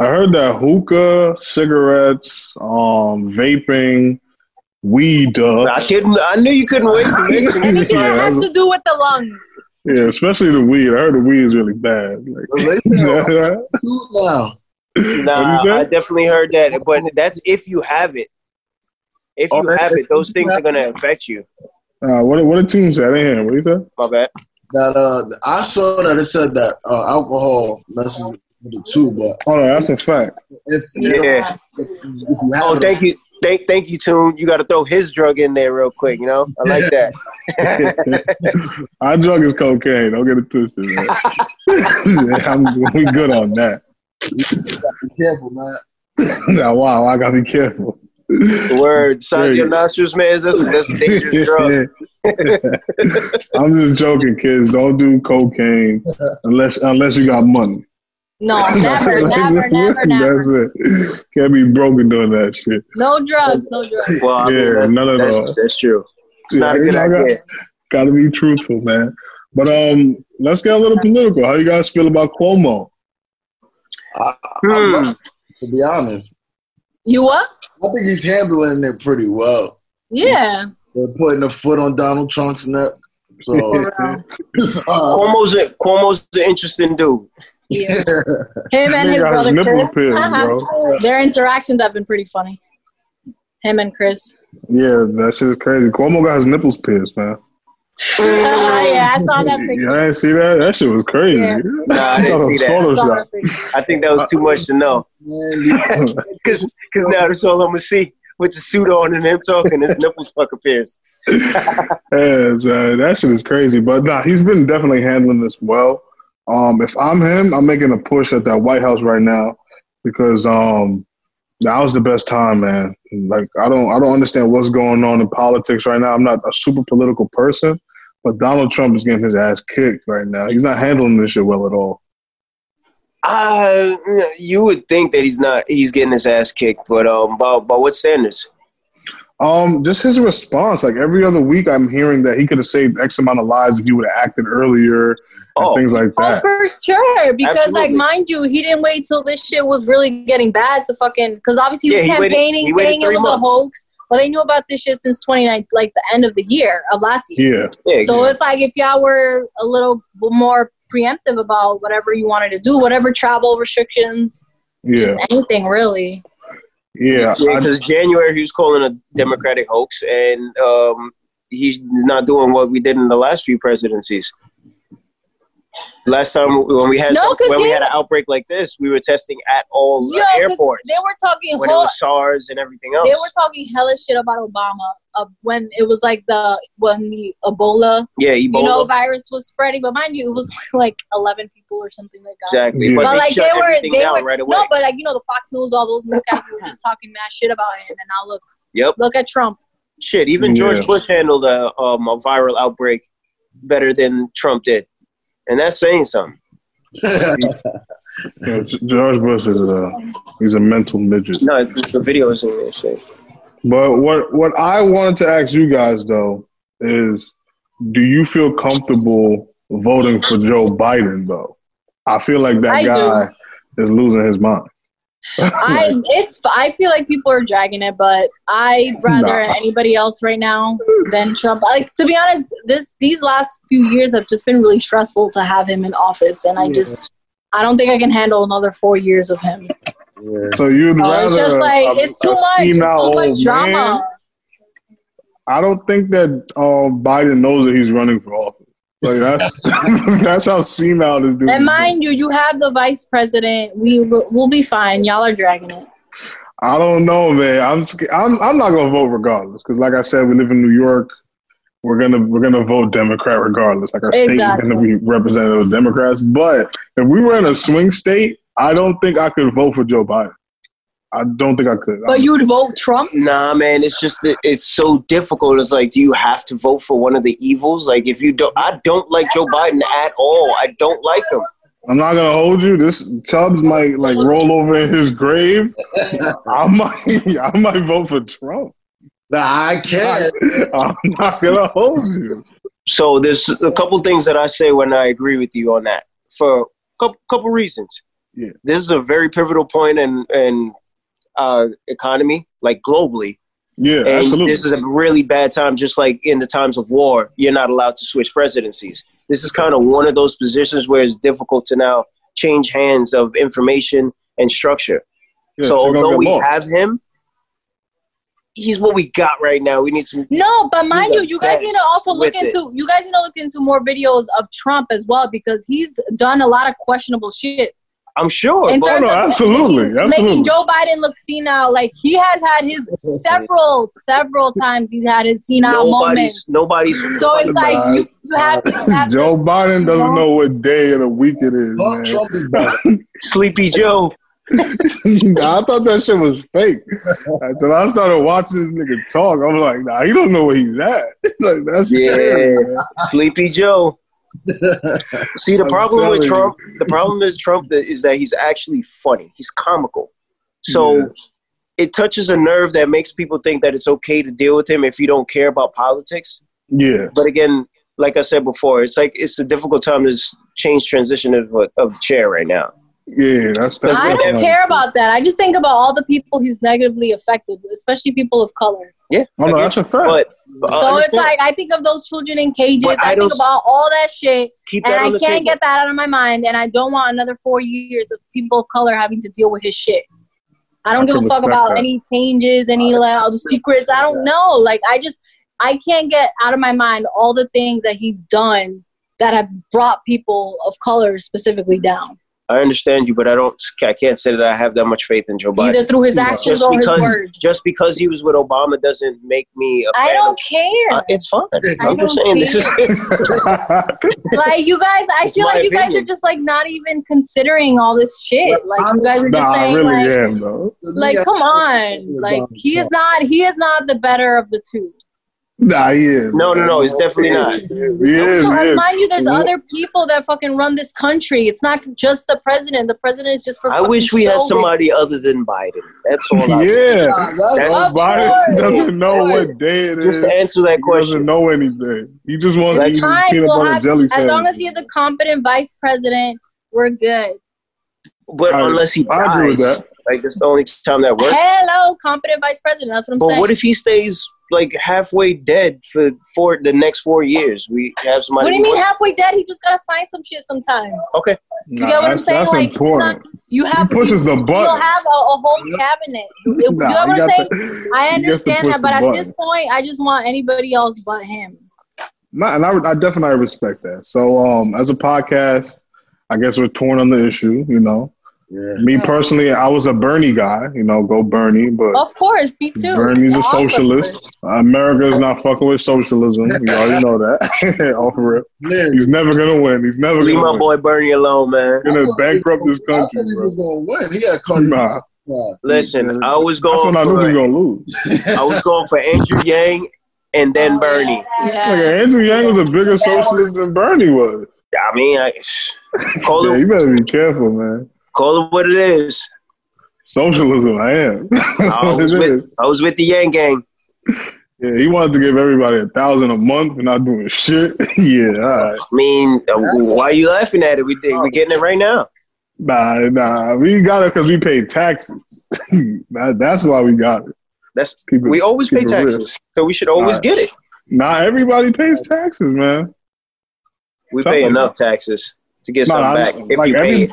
[SPEAKER 1] I heard that hookah, cigarettes, um, vaping, weed. Uh,
[SPEAKER 3] I couldn't. I knew you couldn't wait. To make it.
[SPEAKER 4] Anything
[SPEAKER 1] Yeah,
[SPEAKER 4] that
[SPEAKER 1] I-
[SPEAKER 4] has to do with the lungs.
[SPEAKER 1] yeah, especially the weed. I heard the weed is really bad.
[SPEAKER 2] Well, they know
[SPEAKER 1] Like,
[SPEAKER 2] food now.
[SPEAKER 3] Nah,
[SPEAKER 1] What'd you say?
[SPEAKER 3] I definitely heard that, but that's if you have it. If you
[SPEAKER 2] Oh, that-
[SPEAKER 3] have it, those things are gonna affect you.
[SPEAKER 1] Uh, what what did Tune say? I didn't hear. What did he say?
[SPEAKER 3] My bad.
[SPEAKER 2] That uh, I saw that it said that uh, alcohol messes with it too, but
[SPEAKER 1] Oh, no, that's a fact.
[SPEAKER 2] if if,
[SPEAKER 3] Yeah.
[SPEAKER 2] if you have
[SPEAKER 3] Oh,
[SPEAKER 2] it,
[SPEAKER 3] thank you, thank thank you, Tune. You got to throw his drug in there real quick. You know, I like that.
[SPEAKER 1] Our drug is cocaine. Don't get it twisted. Man. yeah, I'm, we good on that.
[SPEAKER 2] be careful, man.
[SPEAKER 1] now, wow, I gotta be careful.
[SPEAKER 3] The word size of your nostrils, man. That's that's a dangerous drug.
[SPEAKER 1] I'm just joking, kids. Don't do cocaine unless unless you got money.
[SPEAKER 4] No, never, never, never, never.
[SPEAKER 1] That's it. Can't be broken doing that shit.
[SPEAKER 4] No drugs, no drugs.
[SPEAKER 3] Well, I
[SPEAKER 1] Yeah,
[SPEAKER 3] mean, that's,
[SPEAKER 1] none of
[SPEAKER 3] that's,
[SPEAKER 1] those.
[SPEAKER 3] that's true. It's not a
[SPEAKER 1] Yeah,
[SPEAKER 3] good
[SPEAKER 1] I got-
[SPEAKER 3] idea.
[SPEAKER 1] Gotta be truthful, man. But um, let's get a little political. How you guys feel about Cuomo?
[SPEAKER 2] I
[SPEAKER 3] Hmm.
[SPEAKER 2] love- To be honest,
[SPEAKER 4] You what?
[SPEAKER 2] I think he's handling it pretty well.
[SPEAKER 4] Yeah.
[SPEAKER 2] They're putting a foot on Donald Trump's neck. So,
[SPEAKER 4] For real.
[SPEAKER 2] it's, uh,
[SPEAKER 3] Cuomo's a, Cuomo's an interesting dude.
[SPEAKER 2] yeah.
[SPEAKER 4] Him and his
[SPEAKER 1] Nigga got
[SPEAKER 4] brother
[SPEAKER 1] his nipple
[SPEAKER 4] Chris.
[SPEAKER 1] pierced, bro.
[SPEAKER 4] Their interactions have been pretty funny. Him and Chris.
[SPEAKER 1] Yeah, that shit is crazy. Cuomo got his nipples pierced, man.
[SPEAKER 4] yeah, I saw that
[SPEAKER 1] You
[SPEAKER 4] picture.
[SPEAKER 1] I didn't see that. That shit was crazy.
[SPEAKER 4] Yeah.
[SPEAKER 3] Nah, I didn't
[SPEAKER 1] That was
[SPEAKER 3] see that.
[SPEAKER 4] I saw
[SPEAKER 1] Photoshop.
[SPEAKER 4] that picture.
[SPEAKER 3] I think that was too much to know.
[SPEAKER 2] Man,
[SPEAKER 3] Because now that's all I'm going to see with the suit on and him talking. His nipples fucking pierced.
[SPEAKER 1] Yeah, so that shit is crazy. But nah, he's been definitely handling this well. Um, if I'm him, I'm making a push at that White House right now because um, now is the best time, man. Like I don't, I don't understand what's going on in politics right now. I'm not a super political person, but Donald Trump is getting his ass kicked right now. He's not handling this shit well at all.
[SPEAKER 3] Uh, you would think that he's not, he's getting his ass kicked, but um, by, by what standards?
[SPEAKER 1] Um, just his response. Like every other week, I'm hearing that he could have saved X amount of lives if he would have acted earlier and
[SPEAKER 3] Oh,
[SPEAKER 1] things like
[SPEAKER 4] Oh,
[SPEAKER 1] that.
[SPEAKER 4] for sure. Because, like,
[SPEAKER 3] Absolutely.
[SPEAKER 4] mind you, he didn't wait till this shit was really getting bad to fucking. Because obviously he
[SPEAKER 3] Yeah,
[SPEAKER 4] was
[SPEAKER 3] he waited-
[SPEAKER 4] campaigning,
[SPEAKER 3] he waited
[SPEAKER 4] saying it
[SPEAKER 3] three
[SPEAKER 4] was
[SPEAKER 3] months.
[SPEAKER 4] a hoax. Well, they knew about this shit since 29, like the end of the year of last year.
[SPEAKER 1] Yeah,
[SPEAKER 3] yeah,
[SPEAKER 4] So it's like if y'all were a little more preemptive about whatever you wanted to do, whatever travel restrictions,
[SPEAKER 1] yeah,
[SPEAKER 4] just anything really.
[SPEAKER 1] yeah. I-
[SPEAKER 3] because January he was calling a Democratic hoax, and um, he's not doing what we did in the last few presidencies. Last time when we had
[SPEAKER 4] No,
[SPEAKER 3] some-
[SPEAKER 4] 'cause
[SPEAKER 3] when we
[SPEAKER 4] they-
[SPEAKER 3] had an outbreak like this, we were testing at all the
[SPEAKER 4] 'cause
[SPEAKER 3] airports
[SPEAKER 4] They were talking
[SPEAKER 3] when it
[SPEAKER 4] whole-
[SPEAKER 3] was SARS and everything else.
[SPEAKER 4] they were talking hella shit about Obama uh, when it was like the when the Ebola,
[SPEAKER 3] yeah, Ebola.
[SPEAKER 4] you know virus was spreading. But mind you, it was like eleven people or something like that.
[SPEAKER 3] exactly.
[SPEAKER 1] Yeah.
[SPEAKER 3] But,
[SPEAKER 4] But,
[SPEAKER 3] they
[SPEAKER 4] like
[SPEAKER 3] shut
[SPEAKER 4] they were,
[SPEAKER 3] everything
[SPEAKER 4] they
[SPEAKER 3] down
[SPEAKER 4] were
[SPEAKER 3] right away.
[SPEAKER 4] no, but like you know the Fox News, all those news guys were just talking mad shit about him. And now look,
[SPEAKER 3] yep.
[SPEAKER 4] look at Trump.
[SPEAKER 3] Shit. Even George
[SPEAKER 1] Yeah.
[SPEAKER 3] Bush handled a, um, a viral outbreak better than Trump did, and that's saying something.
[SPEAKER 1] You know, G- George Bush is a he's a mental midget.
[SPEAKER 3] No, the the video isn't there. so-
[SPEAKER 1] But what what I wanted to ask you guys though is, do you feel comfortable voting for Joe Biden though? I feel like that
[SPEAKER 4] I do.
[SPEAKER 1] guy is losing his mind.
[SPEAKER 4] I it's I feel like people are dragging it, but I'd rather
[SPEAKER 1] Nah.
[SPEAKER 4] anybody else right now than Trump. Like to be honest, this these last few years have just been really stressful to have him in office, and I just I don't think I can handle another four years of him.
[SPEAKER 2] yeah.
[SPEAKER 1] So you'd
[SPEAKER 4] Oh,
[SPEAKER 1] rather
[SPEAKER 4] it's just like
[SPEAKER 1] a-
[SPEAKER 4] it's too
[SPEAKER 1] a
[SPEAKER 4] much, it's
[SPEAKER 1] senile
[SPEAKER 4] too
[SPEAKER 1] old
[SPEAKER 4] much drama.
[SPEAKER 1] man? I don't think that um, Biden knows that he's running for office. Like that's that's how senile this dude.
[SPEAKER 4] And
[SPEAKER 1] is.
[SPEAKER 4] mind you, you have the vice president. We w- we'll be fine. Y'all are dragging it.
[SPEAKER 1] I don't know, man. I'm sc- I'm I'm not gonna vote regardless because, like I said, we live in New York. We're gonna we're gonna vote Democrat regardless. Like our state is
[SPEAKER 4] Exactly.
[SPEAKER 1] gonna be represented with Democrats. But if we were in a swing state, I don't think I could vote for Joe Biden. I don't think I could.
[SPEAKER 4] But you'd vote Trump?
[SPEAKER 3] Nah, man, it's just that it's so difficult. It's like, do you have to vote for one of the evils? Like, if you don't, I don't like Joe Biden at all. I don't like him.
[SPEAKER 1] I'm not gonna hold you. This Tubbs might like roll over in his grave. I might I might vote for Trump.
[SPEAKER 2] Nah, I can't.
[SPEAKER 1] I'm not gonna hold you.
[SPEAKER 3] So there's a couple things that I say when I agree with you on that for a couple, couple reasons.
[SPEAKER 1] Yeah.
[SPEAKER 3] This is a very pivotal point in in uh, economy, like globally,
[SPEAKER 1] Yeah,
[SPEAKER 3] and
[SPEAKER 1] absolutely.
[SPEAKER 3] this is a really bad time. Just like in the times of war, you're not allowed to switch presidencies. This is kind of one of those positions where it's difficult to now change hands of information and structure.
[SPEAKER 1] Yeah,
[SPEAKER 3] so
[SPEAKER 1] she gonna
[SPEAKER 3] although
[SPEAKER 1] get
[SPEAKER 3] we
[SPEAKER 1] more.
[SPEAKER 3] have him, he's what we got right now. We need to.
[SPEAKER 4] No, but mind
[SPEAKER 3] the
[SPEAKER 4] you, you guys
[SPEAKER 3] best
[SPEAKER 4] need to also look
[SPEAKER 3] with it.
[SPEAKER 4] into you guys need to look into more videos of Trump as well because he's done a lot of questionable shit.
[SPEAKER 3] I'm sure.
[SPEAKER 4] In
[SPEAKER 3] but-
[SPEAKER 1] no, Oh,
[SPEAKER 4] terms
[SPEAKER 1] no,
[SPEAKER 4] of
[SPEAKER 1] absolutely,
[SPEAKER 4] making,
[SPEAKER 1] absolutely.
[SPEAKER 4] making Joe Biden look senile, like he has had his several, several times he's had his senile moments.
[SPEAKER 3] nobody's nobody's
[SPEAKER 4] So it's like
[SPEAKER 1] Nah.
[SPEAKER 4] you, you have to. you have to-
[SPEAKER 1] Joe Biden doesn't know what day of the week it is.
[SPEAKER 2] Fuck
[SPEAKER 1] Man.
[SPEAKER 2] Trump is better.
[SPEAKER 3] sleepy joe
[SPEAKER 1] Nah, I thought that shit was fake until I started watching this nigga talk. I'm like, nah, he don't know where he's at. like that's
[SPEAKER 3] Yeah.
[SPEAKER 1] scary, man.
[SPEAKER 3] sleepy joe see the
[SPEAKER 1] I'm
[SPEAKER 3] problem with
[SPEAKER 1] telling
[SPEAKER 3] trump the problem with trump that- is that he's actually funny he's comical so
[SPEAKER 1] Yeah.
[SPEAKER 3] it touches a nerve that makes people think that it's okay to deal with him if you don't care about politics
[SPEAKER 1] Yeah,
[SPEAKER 3] but again like i said before it's like it's a difficult time to s- change transition of, of the chair right now
[SPEAKER 1] yeah, that's that's.
[SPEAKER 4] I
[SPEAKER 1] that's
[SPEAKER 4] don't
[SPEAKER 1] my-
[SPEAKER 4] care about that. I just think about all the people he's negatively affected, especially people of color.
[SPEAKER 1] Oh no, that's a fact.
[SPEAKER 3] but but
[SPEAKER 4] so
[SPEAKER 3] Uh, understand,
[SPEAKER 4] it's like I think of those children in cages.
[SPEAKER 3] But I
[SPEAKER 4] I,
[SPEAKER 3] don't
[SPEAKER 4] think
[SPEAKER 3] s-
[SPEAKER 4] about all that shit,
[SPEAKER 3] keep
[SPEAKER 4] and
[SPEAKER 3] that
[SPEAKER 4] I
[SPEAKER 3] on the
[SPEAKER 4] can't
[SPEAKER 3] table.
[SPEAKER 4] get that out of my mind. And I don't want another four years of people of color having to deal with his shit. I don't
[SPEAKER 1] I
[SPEAKER 4] give
[SPEAKER 1] can
[SPEAKER 4] a fuck
[SPEAKER 1] respect
[SPEAKER 4] about
[SPEAKER 1] that.
[SPEAKER 4] any changes, any like, all the secrets. I don't know. Like I just I can't get out of my mind all the things that he's done that have brought people of color specifically down,
[SPEAKER 3] i understand you but i don't i can't say that i have that much faith in joe biden
[SPEAKER 4] either through his
[SPEAKER 1] Yeah.
[SPEAKER 4] actions
[SPEAKER 3] just
[SPEAKER 4] or his
[SPEAKER 3] because
[SPEAKER 4] words.
[SPEAKER 3] just because he was with Obama doesn't make me a fan
[SPEAKER 4] I
[SPEAKER 3] of,
[SPEAKER 4] don't care.
[SPEAKER 3] Uh, it's fine.
[SPEAKER 4] I
[SPEAKER 3] I'm just
[SPEAKER 4] don't
[SPEAKER 3] saying this is
[SPEAKER 4] like you guys, I
[SPEAKER 3] It's
[SPEAKER 4] feel
[SPEAKER 3] my
[SPEAKER 4] like you guys
[SPEAKER 3] opinion.
[SPEAKER 4] are just like not even considering all this shit. Like you guys are just
[SPEAKER 1] nah, I
[SPEAKER 4] saying
[SPEAKER 1] really
[SPEAKER 4] like,
[SPEAKER 1] am though.
[SPEAKER 4] like come on. Like he is not he is not the better of the two.
[SPEAKER 1] Nah, he is.
[SPEAKER 3] No, no, no, he's definitely not.
[SPEAKER 1] He is. He is.
[SPEAKER 4] So
[SPEAKER 1] he is.
[SPEAKER 4] remind you there's
[SPEAKER 1] Wha-
[SPEAKER 4] other people that fucking run this country. It's not just the president. The president is just for
[SPEAKER 3] I
[SPEAKER 4] fucking
[SPEAKER 3] wish we had
[SPEAKER 4] show
[SPEAKER 3] somebody other than Biden. That's all. I
[SPEAKER 1] Yeah.
[SPEAKER 2] Nah, that's-
[SPEAKER 3] That's-
[SPEAKER 1] Joe Biden
[SPEAKER 4] course.
[SPEAKER 1] doesn't know
[SPEAKER 3] Of
[SPEAKER 1] what day it
[SPEAKER 3] Just
[SPEAKER 1] is.
[SPEAKER 3] to answer that
[SPEAKER 1] He doesn't
[SPEAKER 3] question,
[SPEAKER 1] know anything. He just wants to
[SPEAKER 3] Like-
[SPEAKER 1] eat his
[SPEAKER 4] Fine,
[SPEAKER 1] peanut
[SPEAKER 4] we'll
[SPEAKER 1] butter
[SPEAKER 4] have-
[SPEAKER 1] jelly
[SPEAKER 4] As long as
[SPEAKER 1] sandwich.
[SPEAKER 4] he is a competent vice president, we're good.
[SPEAKER 3] but
[SPEAKER 1] I-
[SPEAKER 3] unless he dies,
[SPEAKER 1] I agree with that.
[SPEAKER 3] Like that's the only time that works.
[SPEAKER 4] Hello, competent vice president. That's what I'm
[SPEAKER 3] But
[SPEAKER 4] saying.
[SPEAKER 3] what if he stays like halfway dead for for the next four years? We have
[SPEAKER 4] What
[SPEAKER 3] somebody.
[SPEAKER 4] do you
[SPEAKER 3] who
[SPEAKER 4] mean
[SPEAKER 3] wants-
[SPEAKER 4] halfway dead? He just gotta sign some shit sometimes.
[SPEAKER 3] Okay,
[SPEAKER 4] You get what I'm
[SPEAKER 1] Oh, that's,
[SPEAKER 4] saying?
[SPEAKER 1] that's
[SPEAKER 4] Like, it's
[SPEAKER 1] important.
[SPEAKER 4] You
[SPEAKER 1] He
[SPEAKER 4] have
[SPEAKER 1] pushes the
[SPEAKER 4] you'll
[SPEAKER 1] button.
[SPEAKER 4] have a, a whole cabinet. You, you
[SPEAKER 1] Nah,
[SPEAKER 4] know what
[SPEAKER 1] he
[SPEAKER 4] I'm
[SPEAKER 1] got
[SPEAKER 4] saying?
[SPEAKER 1] the-
[SPEAKER 4] I
[SPEAKER 1] he gets to
[SPEAKER 4] understand
[SPEAKER 1] push
[SPEAKER 4] that,
[SPEAKER 1] the
[SPEAKER 4] but at
[SPEAKER 1] button.
[SPEAKER 4] this point, I just want anybody else but him.
[SPEAKER 1] No, and I, I definitely respect that. So, um, as a podcast, I guess we're torn on the issue. You know,
[SPEAKER 2] Yeah.
[SPEAKER 1] me
[SPEAKER 4] Yeah.
[SPEAKER 1] personally, I was a Bernie guy. You know, go Bernie, but
[SPEAKER 4] Of course, me Oh, too.
[SPEAKER 1] Bernie's a
[SPEAKER 4] Awesome.
[SPEAKER 1] socialist. America is not fucking with socialism. You already know that. Off of it,
[SPEAKER 2] Man,
[SPEAKER 1] he's never gonna win. He's never
[SPEAKER 3] leave
[SPEAKER 1] gonna
[SPEAKER 3] my
[SPEAKER 1] win.
[SPEAKER 3] boy Bernie alone, man.
[SPEAKER 1] He's gonna bankrupt this
[SPEAKER 2] I thought
[SPEAKER 1] country,
[SPEAKER 2] he
[SPEAKER 1] bro.
[SPEAKER 2] was gonna win. He had Cardi.
[SPEAKER 1] Nah,
[SPEAKER 2] Nah.
[SPEAKER 3] Listen, I was
[SPEAKER 1] that's
[SPEAKER 3] going.
[SPEAKER 1] when I knew
[SPEAKER 3] For,
[SPEAKER 1] he was
[SPEAKER 3] I
[SPEAKER 1] gonna lose.
[SPEAKER 3] was going for Andrew Yang and
[SPEAKER 4] Oh,
[SPEAKER 3] then Bernie.
[SPEAKER 1] Like,
[SPEAKER 4] Yeah.
[SPEAKER 1] Andrew Yang was a bigger socialist than Bernie was.
[SPEAKER 3] I mean, I, call
[SPEAKER 1] Yeah,
[SPEAKER 3] it
[SPEAKER 1] you better be careful, man.
[SPEAKER 3] call it what it is.
[SPEAKER 1] Socialism, I am. that's
[SPEAKER 3] I
[SPEAKER 1] what
[SPEAKER 3] was,
[SPEAKER 1] it is.
[SPEAKER 3] with, I was with the Yang Gang.
[SPEAKER 1] Yeah, he wanted to give everybody a thousand a month and not doing shit. yeah, all right.
[SPEAKER 3] I mean, uh, why are you laughing at it? We did- we getting it right now.
[SPEAKER 1] Nah, nah. We got it because we paid taxes. That- That's why we got it.
[SPEAKER 3] That's
[SPEAKER 1] Keep it.
[SPEAKER 3] we always pay
[SPEAKER 1] keep it real.
[SPEAKER 3] taxes, so we should always
[SPEAKER 1] Alright.
[SPEAKER 3] get it.
[SPEAKER 1] Nah, everybody pays taxes, man.
[SPEAKER 3] We
[SPEAKER 1] Something.
[SPEAKER 3] pay enough taxes to get
[SPEAKER 1] No,
[SPEAKER 3] something
[SPEAKER 1] I-
[SPEAKER 3] back if
[SPEAKER 1] like
[SPEAKER 3] you pay
[SPEAKER 1] every-
[SPEAKER 3] it.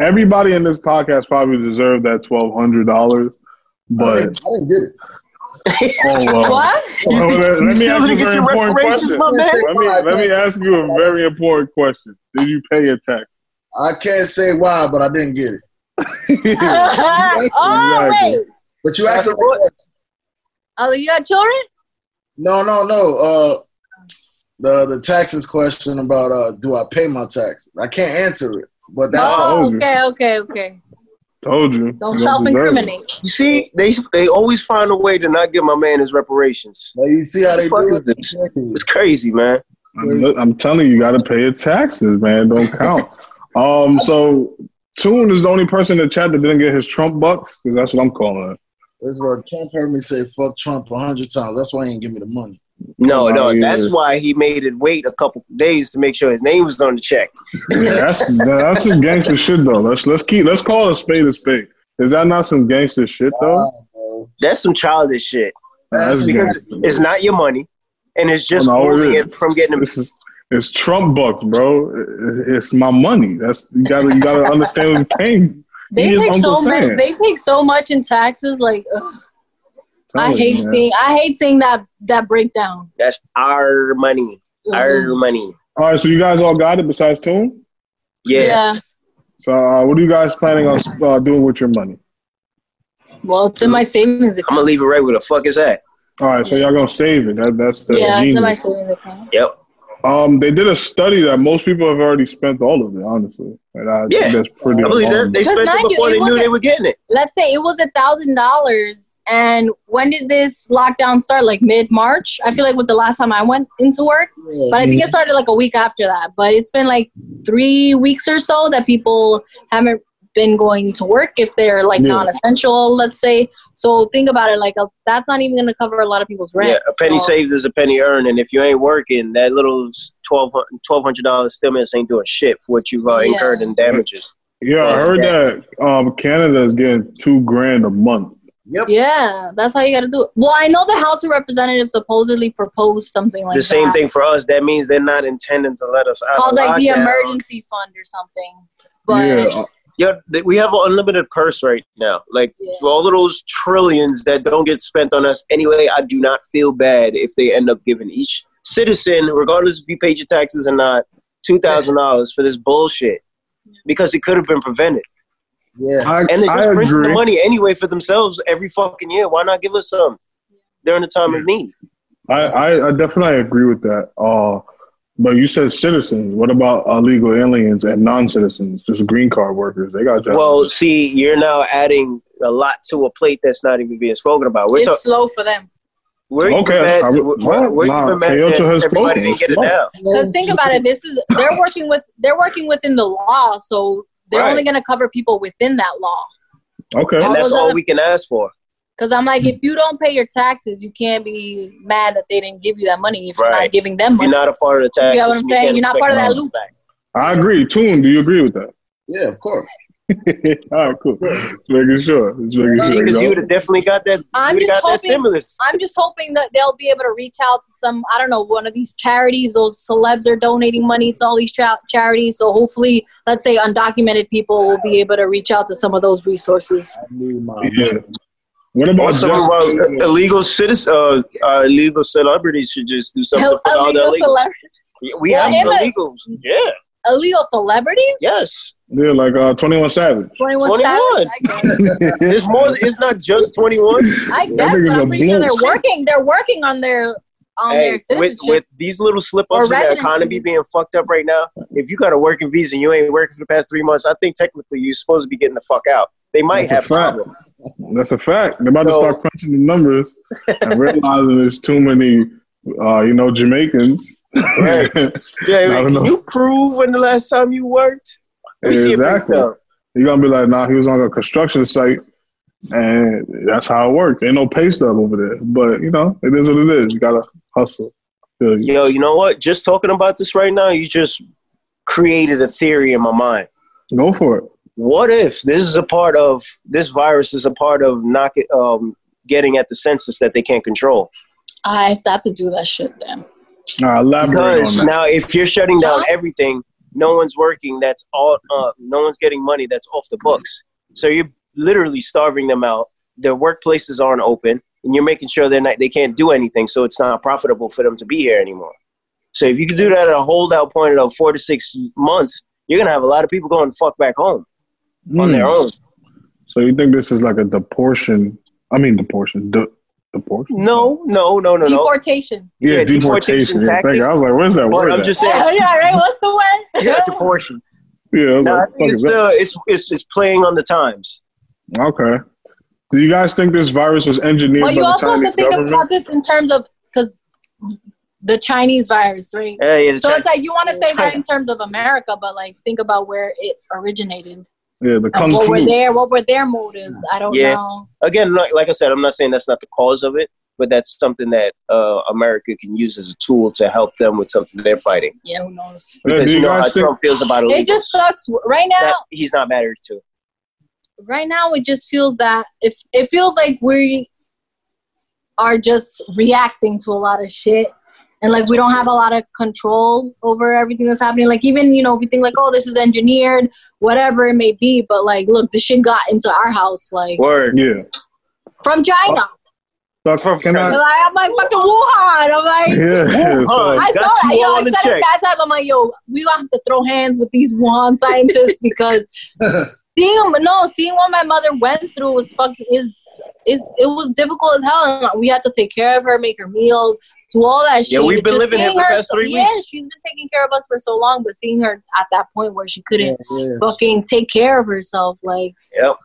[SPEAKER 1] Everybody in this podcast probably deserved that twelve hundred dollars.
[SPEAKER 2] I,
[SPEAKER 1] But
[SPEAKER 2] didn't, I didn't get it.
[SPEAKER 1] oh well.
[SPEAKER 4] What?
[SPEAKER 1] Well, let, let me
[SPEAKER 3] still
[SPEAKER 1] ask you a
[SPEAKER 3] gonna get
[SPEAKER 1] very
[SPEAKER 3] your
[SPEAKER 1] important
[SPEAKER 3] reparations,
[SPEAKER 1] question.
[SPEAKER 3] my man?
[SPEAKER 1] Let me, let me ask you a very important question. Did you pay your tax?
[SPEAKER 2] I can't say why, but I didn't get it.
[SPEAKER 4] oh
[SPEAKER 1] Exactly.
[SPEAKER 4] wait,
[SPEAKER 2] But you asked the right
[SPEAKER 3] What?
[SPEAKER 2] question.
[SPEAKER 4] oh, you got children?
[SPEAKER 2] No, no, no. Uh, the the taxes question about uh, do I pay my taxes? I can't answer it. But that's
[SPEAKER 4] Oh,
[SPEAKER 1] older.
[SPEAKER 4] okay, okay, okay.
[SPEAKER 1] Told you. You deserve
[SPEAKER 4] Don't
[SPEAKER 1] it.
[SPEAKER 4] self-incriminate.
[SPEAKER 3] You see, they they always find a way to not give my man his reparations.
[SPEAKER 2] Now you see how they
[SPEAKER 3] Fuck
[SPEAKER 2] do
[SPEAKER 3] is
[SPEAKER 2] it.
[SPEAKER 3] this? It's crazy, man.
[SPEAKER 1] I'm, look, I'm telling you, you got to pay your taxes, man. Don't count. um, so Tune is the only person in the chat that didn't get his Trump bucks because that's what I'm calling it.
[SPEAKER 2] That's what Trump heard me say. Fuck Trump a hundred times. That's why he ain't give me the money.
[SPEAKER 3] No,
[SPEAKER 1] Oh,
[SPEAKER 3] no,
[SPEAKER 1] yeah.
[SPEAKER 3] that's why he made it wait a couple days to make sure his name was on the check.
[SPEAKER 1] That's that's some gangster shit though. Let's let's keep let's call a spade a spade. Is that not some gangster shit though?
[SPEAKER 2] Wow, bro.
[SPEAKER 3] That's some childish shit.
[SPEAKER 1] that's
[SPEAKER 3] Because Uh, it's not your money, and it's just
[SPEAKER 1] Well, no, it
[SPEAKER 3] moving it,
[SPEAKER 1] is.
[SPEAKER 3] from getting.
[SPEAKER 1] This is it's Trump bucks, bro. It- It's my money. That's you gotta you gotta understand what's paying.
[SPEAKER 4] They
[SPEAKER 1] He is
[SPEAKER 4] take
[SPEAKER 1] Uncle
[SPEAKER 4] so much.
[SPEAKER 1] Sam.
[SPEAKER 4] They take so much in taxes. Like ugh, I hate
[SPEAKER 1] man.
[SPEAKER 4] seeing. I hate seeing that that breakdown.
[SPEAKER 3] That's our money.
[SPEAKER 4] Mm-hmm.
[SPEAKER 3] Our money.
[SPEAKER 1] All right, so you guys all got it besides Tune.
[SPEAKER 3] yeah.
[SPEAKER 1] So uh, what are you guys planning on uh, doing with your money?
[SPEAKER 4] Well, it's in my savings
[SPEAKER 3] I'm
[SPEAKER 4] account.
[SPEAKER 3] gonna leave it right where the fuck is at.
[SPEAKER 1] All right, so y'all gonna save it. That, that's that's
[SPEAKER 4] Yeah, it's in my
[SPEAKER 1] genius.
[SPEAKER 4] savings account.
[SPEAKER 3] Yep.
[SPEAKER 1] Um, they did a study that most people have already spent all of it. Honestly, and I
[SPEAKER 3] Yeah.
[SPEAKER 1] think that's pretty.
[SPEAKER 3] I believe that
[SPEAKER 1] alarming.
[SPEAKER 3] they
[SPEAKER 4] Because
[SPEAKER 3] spent
[SPEAKER 4] mind
[SPEAKER 3] it
[SPEAKER 4] you,
[SPEAKER 3] before
[SPEAKER 4] it
[SPEAKER 3] they knew
[SPEAKER 4] wasn't-
[SPEAKER 3] they were getting it.
[SPEAKER 4] Let's say it was a thousand dollars, and when did this lockdown start? Like mid March. I feel like was the last time I went into work,
[SPEAKER 2] Yeah,
[SPEAKER 4] but I think it started like a week after that. But it's been like three weeks or so that people haven't been going to work if they're like
[SPEAKER 1] Yeah.
[SPEAKER 4] non-essential. Let's say. So think about it. Like a, that's not even going to cover a lot of people's rent.
[SPEAKER 3] Yeah, a penny
[SPEAKER 4] so-
[SPEAKER 3] saved is a penny earned, and if you ain't working, that little twelve hundred dollars stimulus ain't doing shit for what you've uh,
[SPEAKER 4] Yeah.
[SPEAKER 3] incurred in damages.
[SPEAKER 1] Yeah, I heard that um, Canada is getting two grand a month.
[SPEAKER 2] Yep.
[SPEAKER 4] Yeah, that's how you got to do it. Well, I know the House of Representatives supposedly proposed something like
[SPEAKER 3] the same
[SPEAKER 4] that,
[SPEAKER 3] thing for us. That means they're not intending to let us out.
[SPEAKER 4] called
[SPEAKER 3] of
[SPEAKER 4] like the
[SPEAKER 3] lockdown.
[SPEAKER 4] emergency fund or something. But
[SPEAKER 1] yeah,
[SPEAKER 3] Yo, th- we have an unlimited purse right now. Like
[SPEAKER 4] Yeah.
[SPEAKER 3] for all of those trillions that don't get spent on us anyway, I do not feel bad if they end up giving each citizen, regardless if you paid your taxes or not, two thousand dollars for this bullshit because it could have been prevented.
[SPEAKER 2] Yeah.
[SPEAKER 1] I,
[SPEAKER 3] And they
[SPEAKER 1] I
[SPEAKER 3] just print the
[SPEAKER 1] agree.
[SPEAKER 3] money anyway for themselves every fucking year. Why not give us some during the time of need?
[SPEAKER 1] I, I, I definitely agree with that. Uh, but you said citizens. What about illegal aliens and non-citizens, just green card workers? They got jobs.
[SPEAKER 3] Well, see, you're now adding a lot to a plate that's not even being spoken about. We're
[SPEAKER 4] it's
[SPEAKER 3] talking.
[SPEAKER 4] slow for them.
[SPEAKER 3] We're even
[SPEAKER 1] Okay,
[SPEAKER 3] mad,
[SPEAKER 1] I
[SPEAKER 3] we're,
[SPEAKER 1] would-
[SPEAKER 3] we're, we're
[SPEAKER 1] nah,
[SPEAKER 3] even mad
[SPEAKER 1] Toyota
[SPEAKER 3] that
[SPEAKER 1] has
[SPEAKER 3] everybody
[SPEAKER 1] spoken.
[SPEAKER 3] didn't get it
[SPEAKER 1] Smart.
[SPEAKER 3] now.
[SPEAKER 4] Because think about it, this is they're working with they're working within the law, so they're
[SPEAKER 3] Right.
[SPEAKER 4] only going to cover people within that law.
[SPEAKER 1] okay.
[SPEAKER 3] And
[SPEAKER 4] All
[SPEAKER 3] that's
[SPEAKER 4] those
[SPEAKER 3] all
[SPEAKER 4] other-
[SPEAKER 3] we can ask for.
[SPEAKER 4] Because I'm like,
[SPEAKER 3] Hmm.
[SPEAKER 4] if you don't pay your taxes, you can't be mad that they didn't give you that money if you're
[SPEAKER 3] Right.
[SPEAKER 4] not giving them
[SPEAKER 3] If you're
[SPEAKER 4] money.
[SPEAKER 3] not a part of the
[SPEAKER 4] You
[SPEAKER 3] taxes,
[SPEAKER 4] get what I'm
[SPEAKER 3] we
[SPEAKER 4] saying?
[SPEAKER 3] can't
[SPEAKER 4] You're not
[SPEAKER 3] expect
[SPEAKER 4] part of that
[SPEAKER 3] nothing
[SPEAKER 4] loop.
[SPEAKER 3] back.
[SPEAKER 1] I agree. Tune, do you agree with that?
[SPEAKER 2] Yeah, of course.
[SPEAKER 1] All right, cool. Just making sure. Just making sure.
[SPEAKER 3] Because you
[SPEAKER 1] dog.
[SPEAKER 3] would have definitely got that.
[SPEAKER 4] I'm
[SPEAKER 3] you would've
[SPEAKER 4] just
[SPEAKER 3] got that
[SPEAKER 4] hoping-
[SPEAKER 3] stimulus.
[SPEAKER 4] I'm just hoping that they'll be able to reach out to some, I don't know, one of these charities. Those celebs are donating money to all these cha- charities. So hopefully, let's say undocumented people will be able to reach out to some of those resources.
[SPEAKER 2] I knew my
[SPEAKER 1] Uh, Yeah. What about
[SPEAKER 3] Or some of our
[SPEAKER 1] Justin?
[SPEAKER 3] illegal citizens, uh, uh, illegal celebrities should just do something
[SPEAKER 4] Illegal,
[SPEAKER 3] for all the illegals.
[SPEAKER 4] celeb-
[SPEAKER 3] We
[SPEAKER 4] Well,
[SPEAKER 3] have
[SPEAKER 4] Emma-
[SPEAKER 3] illegals. Yeah.
[SPEAKER 4] illegal celebrities?
[SPEAKER 3] Yes.
[SPEAKER 1] Yeah, like uh, Twenty One Savage.
[SPEAKER 4] 21,
[SPEAKER 3] 21.
[SPEAKER 4] Savage? I guess.
[SPEAKER 3] It's more. It's not just twenty one.
[SPEAKER 4] I
[SPEAKER 1] That
[SPEAKER 4] guess,
[SPEAKER 1] nigga's
[SPEAKER 4] but
[SPEAKER 1] a
[SPEAKER 4] I'm pretty sure
[SPEAKER 1] bloke.
[SPEAKER 4] they're working. They're working on their on Um, their
[SPEAKER 3] with
[SPEAKER 4] citizenship.
[SPEAKER 3] with these little slip
[SPEAKER 4] Or
[SPEAKER 3] ups in the
[SPEAKER 4] residencies.
[SPEAKER 3] economy being fucked up right now, if you got a working visa and you ain't working for the past three months, I think technically you're supposed to be getting the fuck out. They might
[SPEAKER 1] That's a
[SPEAKER 3] have
[SPEAKER 1] fact.
[SPEAKER 3] problems.
[SPEAKER 1] That's a fact. They're about to
[SPEAKER 3] So-
[SPEAKER 1] start crunching the numbers and realizing there's too many, uh, you know, Jamaicans.
[SPEAKER 3] Right.
[SPEAKER 1] I
[SPEAKER 3] Yeah, wait,
[SPEAKER 1] don't
[SPEAKER 3] can
[SPEAKER 1] know.
[SPEAKER 3] you prove when the last time you worked? Let's see if they
[SPEAKER 1] Exactly.
[SPEAKER 3] sell.
[SPEAKER 1] You're gonna be like, nah, he was on a construction site, and that's how it worked. Ain't no pay stub over there, but you know, it is what it is. You gotta hustle. Feel you.
[SPEAKER 3] Yo, you know what? Just talking about this right now, you just created a theory in my mind.
[SPEAKER 1] Go for it.
[SPEAKER 3] What if this is a part of this virus is a part of knock it, um, getting at the census that they can't control?
[SPEAKER 4] I have to do that shit, damn.
[SPEAKER 1] Nah, elaborate on
[SPEAKER 3] Because
[SPEAKER 1] that.
[SPEAKER 3] now, if you're shutting down
[SPEAKER 4] Huh?
[SPEAKER 3] everything, no one's working. That's all. Uh, no one's getting money. That's off the books. So you're literally starving them out. Their workplaces aren't open, and you're making sure they're not. They can't do anything, so it's not profitable for them to be here anymore. So if you can do that at a holdout point of four to six months, you're gonna have a lot of people going fuck back home on their
[SPEAKER 1] Mm.
[SPEAKER 3] own.
[SPEAKER 1] So you think this is like a deportation? I mean, deportation. De- deportation.
[SPEAKER 3] No, no, no, no, no.
[SPEAKER 4] Mm-hmm. Deportation.
[SPEAKER 1] Yeah,
[SPEAKER 3] Yeah,
[SPEAKER 1] deportation.
[SPEAKER 3] deportation
[SPEAKER 1] Yeah, thank
[SPEAKER 3] tactic.
[SPEAKER 1] you. I was like, where's that
[SPEAKER 3] But
[SPEAKER 1] word?
[SPEAKER 3] I'm
[SPEAKER 1] at?
[SPEAKER 3] just
[SPEAKER 4] Oh, Yeah,
[SPEAKER 3] saying,
[SPEAKER 4] right? What's the word?
[SPEAKER 3] yeah, deportion.
[SPEAKER 1] yeah, I was
[SPEAKER 3] No, I
[SPEAKER 1] like,
[SPEAKER 3] think
[SPEAKER 1] fuck is
[SPEAKER 3] it's, uh, it's it's it's playing on the times.
[SPEAKER 1] that? okay. Do you guys think this virus was engineered
[SPEAKER 4] Well,
[SPEAKER 1] by
[SPEAKER 4] you
[SPEAKER 1] the
[SPEAKER 4] also have to
[SPEAKER 1] Chinese
[SPEAKER 4] think
[SPEAKER 1] government?
[SPEAKER 4] about this in terms of because the Chinese virus, right?
[SPEAKER 3] Yeah, yeah, the
[SPEAKER 4] So
[SPEAKER 3] Chi-
[SPEAKER 4] it's like you want to say that
[SPEAKER 3] China.
[SPEAKER 4] in terms of America, but like think about where it originated.
[SPEAKER 1] yeah, the
[SPEAKER 4] And
[SPEAKER 1] kung
[SPEAKER 4] what were
[SPEAKER 1] flu.
[SPEAKER 4] their what were their motives? I don't
[SPEAKER 3] Yeah.
[SPEAKER 4] know.
[SPEAKER 3] again, like, like I said, I'm not saying that's not the cause of it, but that's something that uh, America can use as a tool to help them with something they're fighting.
[SPEAKER 4] Yeah, who knows?
[SPEAKER 1] Yeah,
[SPEAKER 3] Because
[SPEAKER 1] do
[SPEAKER 3] you
[SPEAKER 1] you
[SPEAKER 3] know how
[SPEAKER 1] guys think?
[SPEAKER 3] Trump feels about illegals.
[SPEAKER 4] It just sucks right now.
[SPEAKER 3] that he's not married to.
[SPEAKER 4] right now it just feels that if it feels like we are just reacting to a lot of shit and like we don't have a lot of control over everything that's happening like even you know we think like oh this is engineered whatever it may be but like look the shit got into our house like
[SPEAKER 3] Word.
[SPEAKER 1] Yeah.
[SPEAKER 4] from china
[SPEAKER 1] Doc, can
[SPEAKER 4] They're
[SPEAKER 1] I?
[SPEAKER 4] like, i'm like fucking wuhan i'm like
[SPEAKER 1] Yeah. yeah, so-
[SPEAKER 4] I
[SPEAKER 3] Got
[SPEAKER 4] thought
[SPEAKER 3] you
[SPEAKER 4] I, yo,
[SPEAKER 3] all
[SPEAKER 4] I
[SPEAKER 3] in
[SPEAKER 4] said
[SPEAKER 3] check.
[SPEAKER 4] it last time. I'm like, yo, we gonna have to throw hands with these Wuhan scientists because seeing no seeing what my mother went through was fucking is is it was difficult as hell and like, we had to take care of her make her meals do all that shit
[SPEAKER 3] Yeah, we've been
[SPEAKER 4] Just
[SPEAKER 3] living here
[SPEAKER 4] seeing
[SPEAKER 3] for the
[SPEAKER 4] her
[SPEAKER 3] past
[SPEAKER 4] so-
[SPEAKER 3] three
[SPEAKER 4] yeah
[SPEAKER 3] weeks.
[SPEAKER 4] she's been taking care of us for so long but seeing her at that point where she
[SPEAKER 2] yeah,
[SPEAKER 4] couldn't
[SPEAKER 2] yeah.
[SPEAKER 4] fucking take care of herself like
[SPEAKER 3] Yep.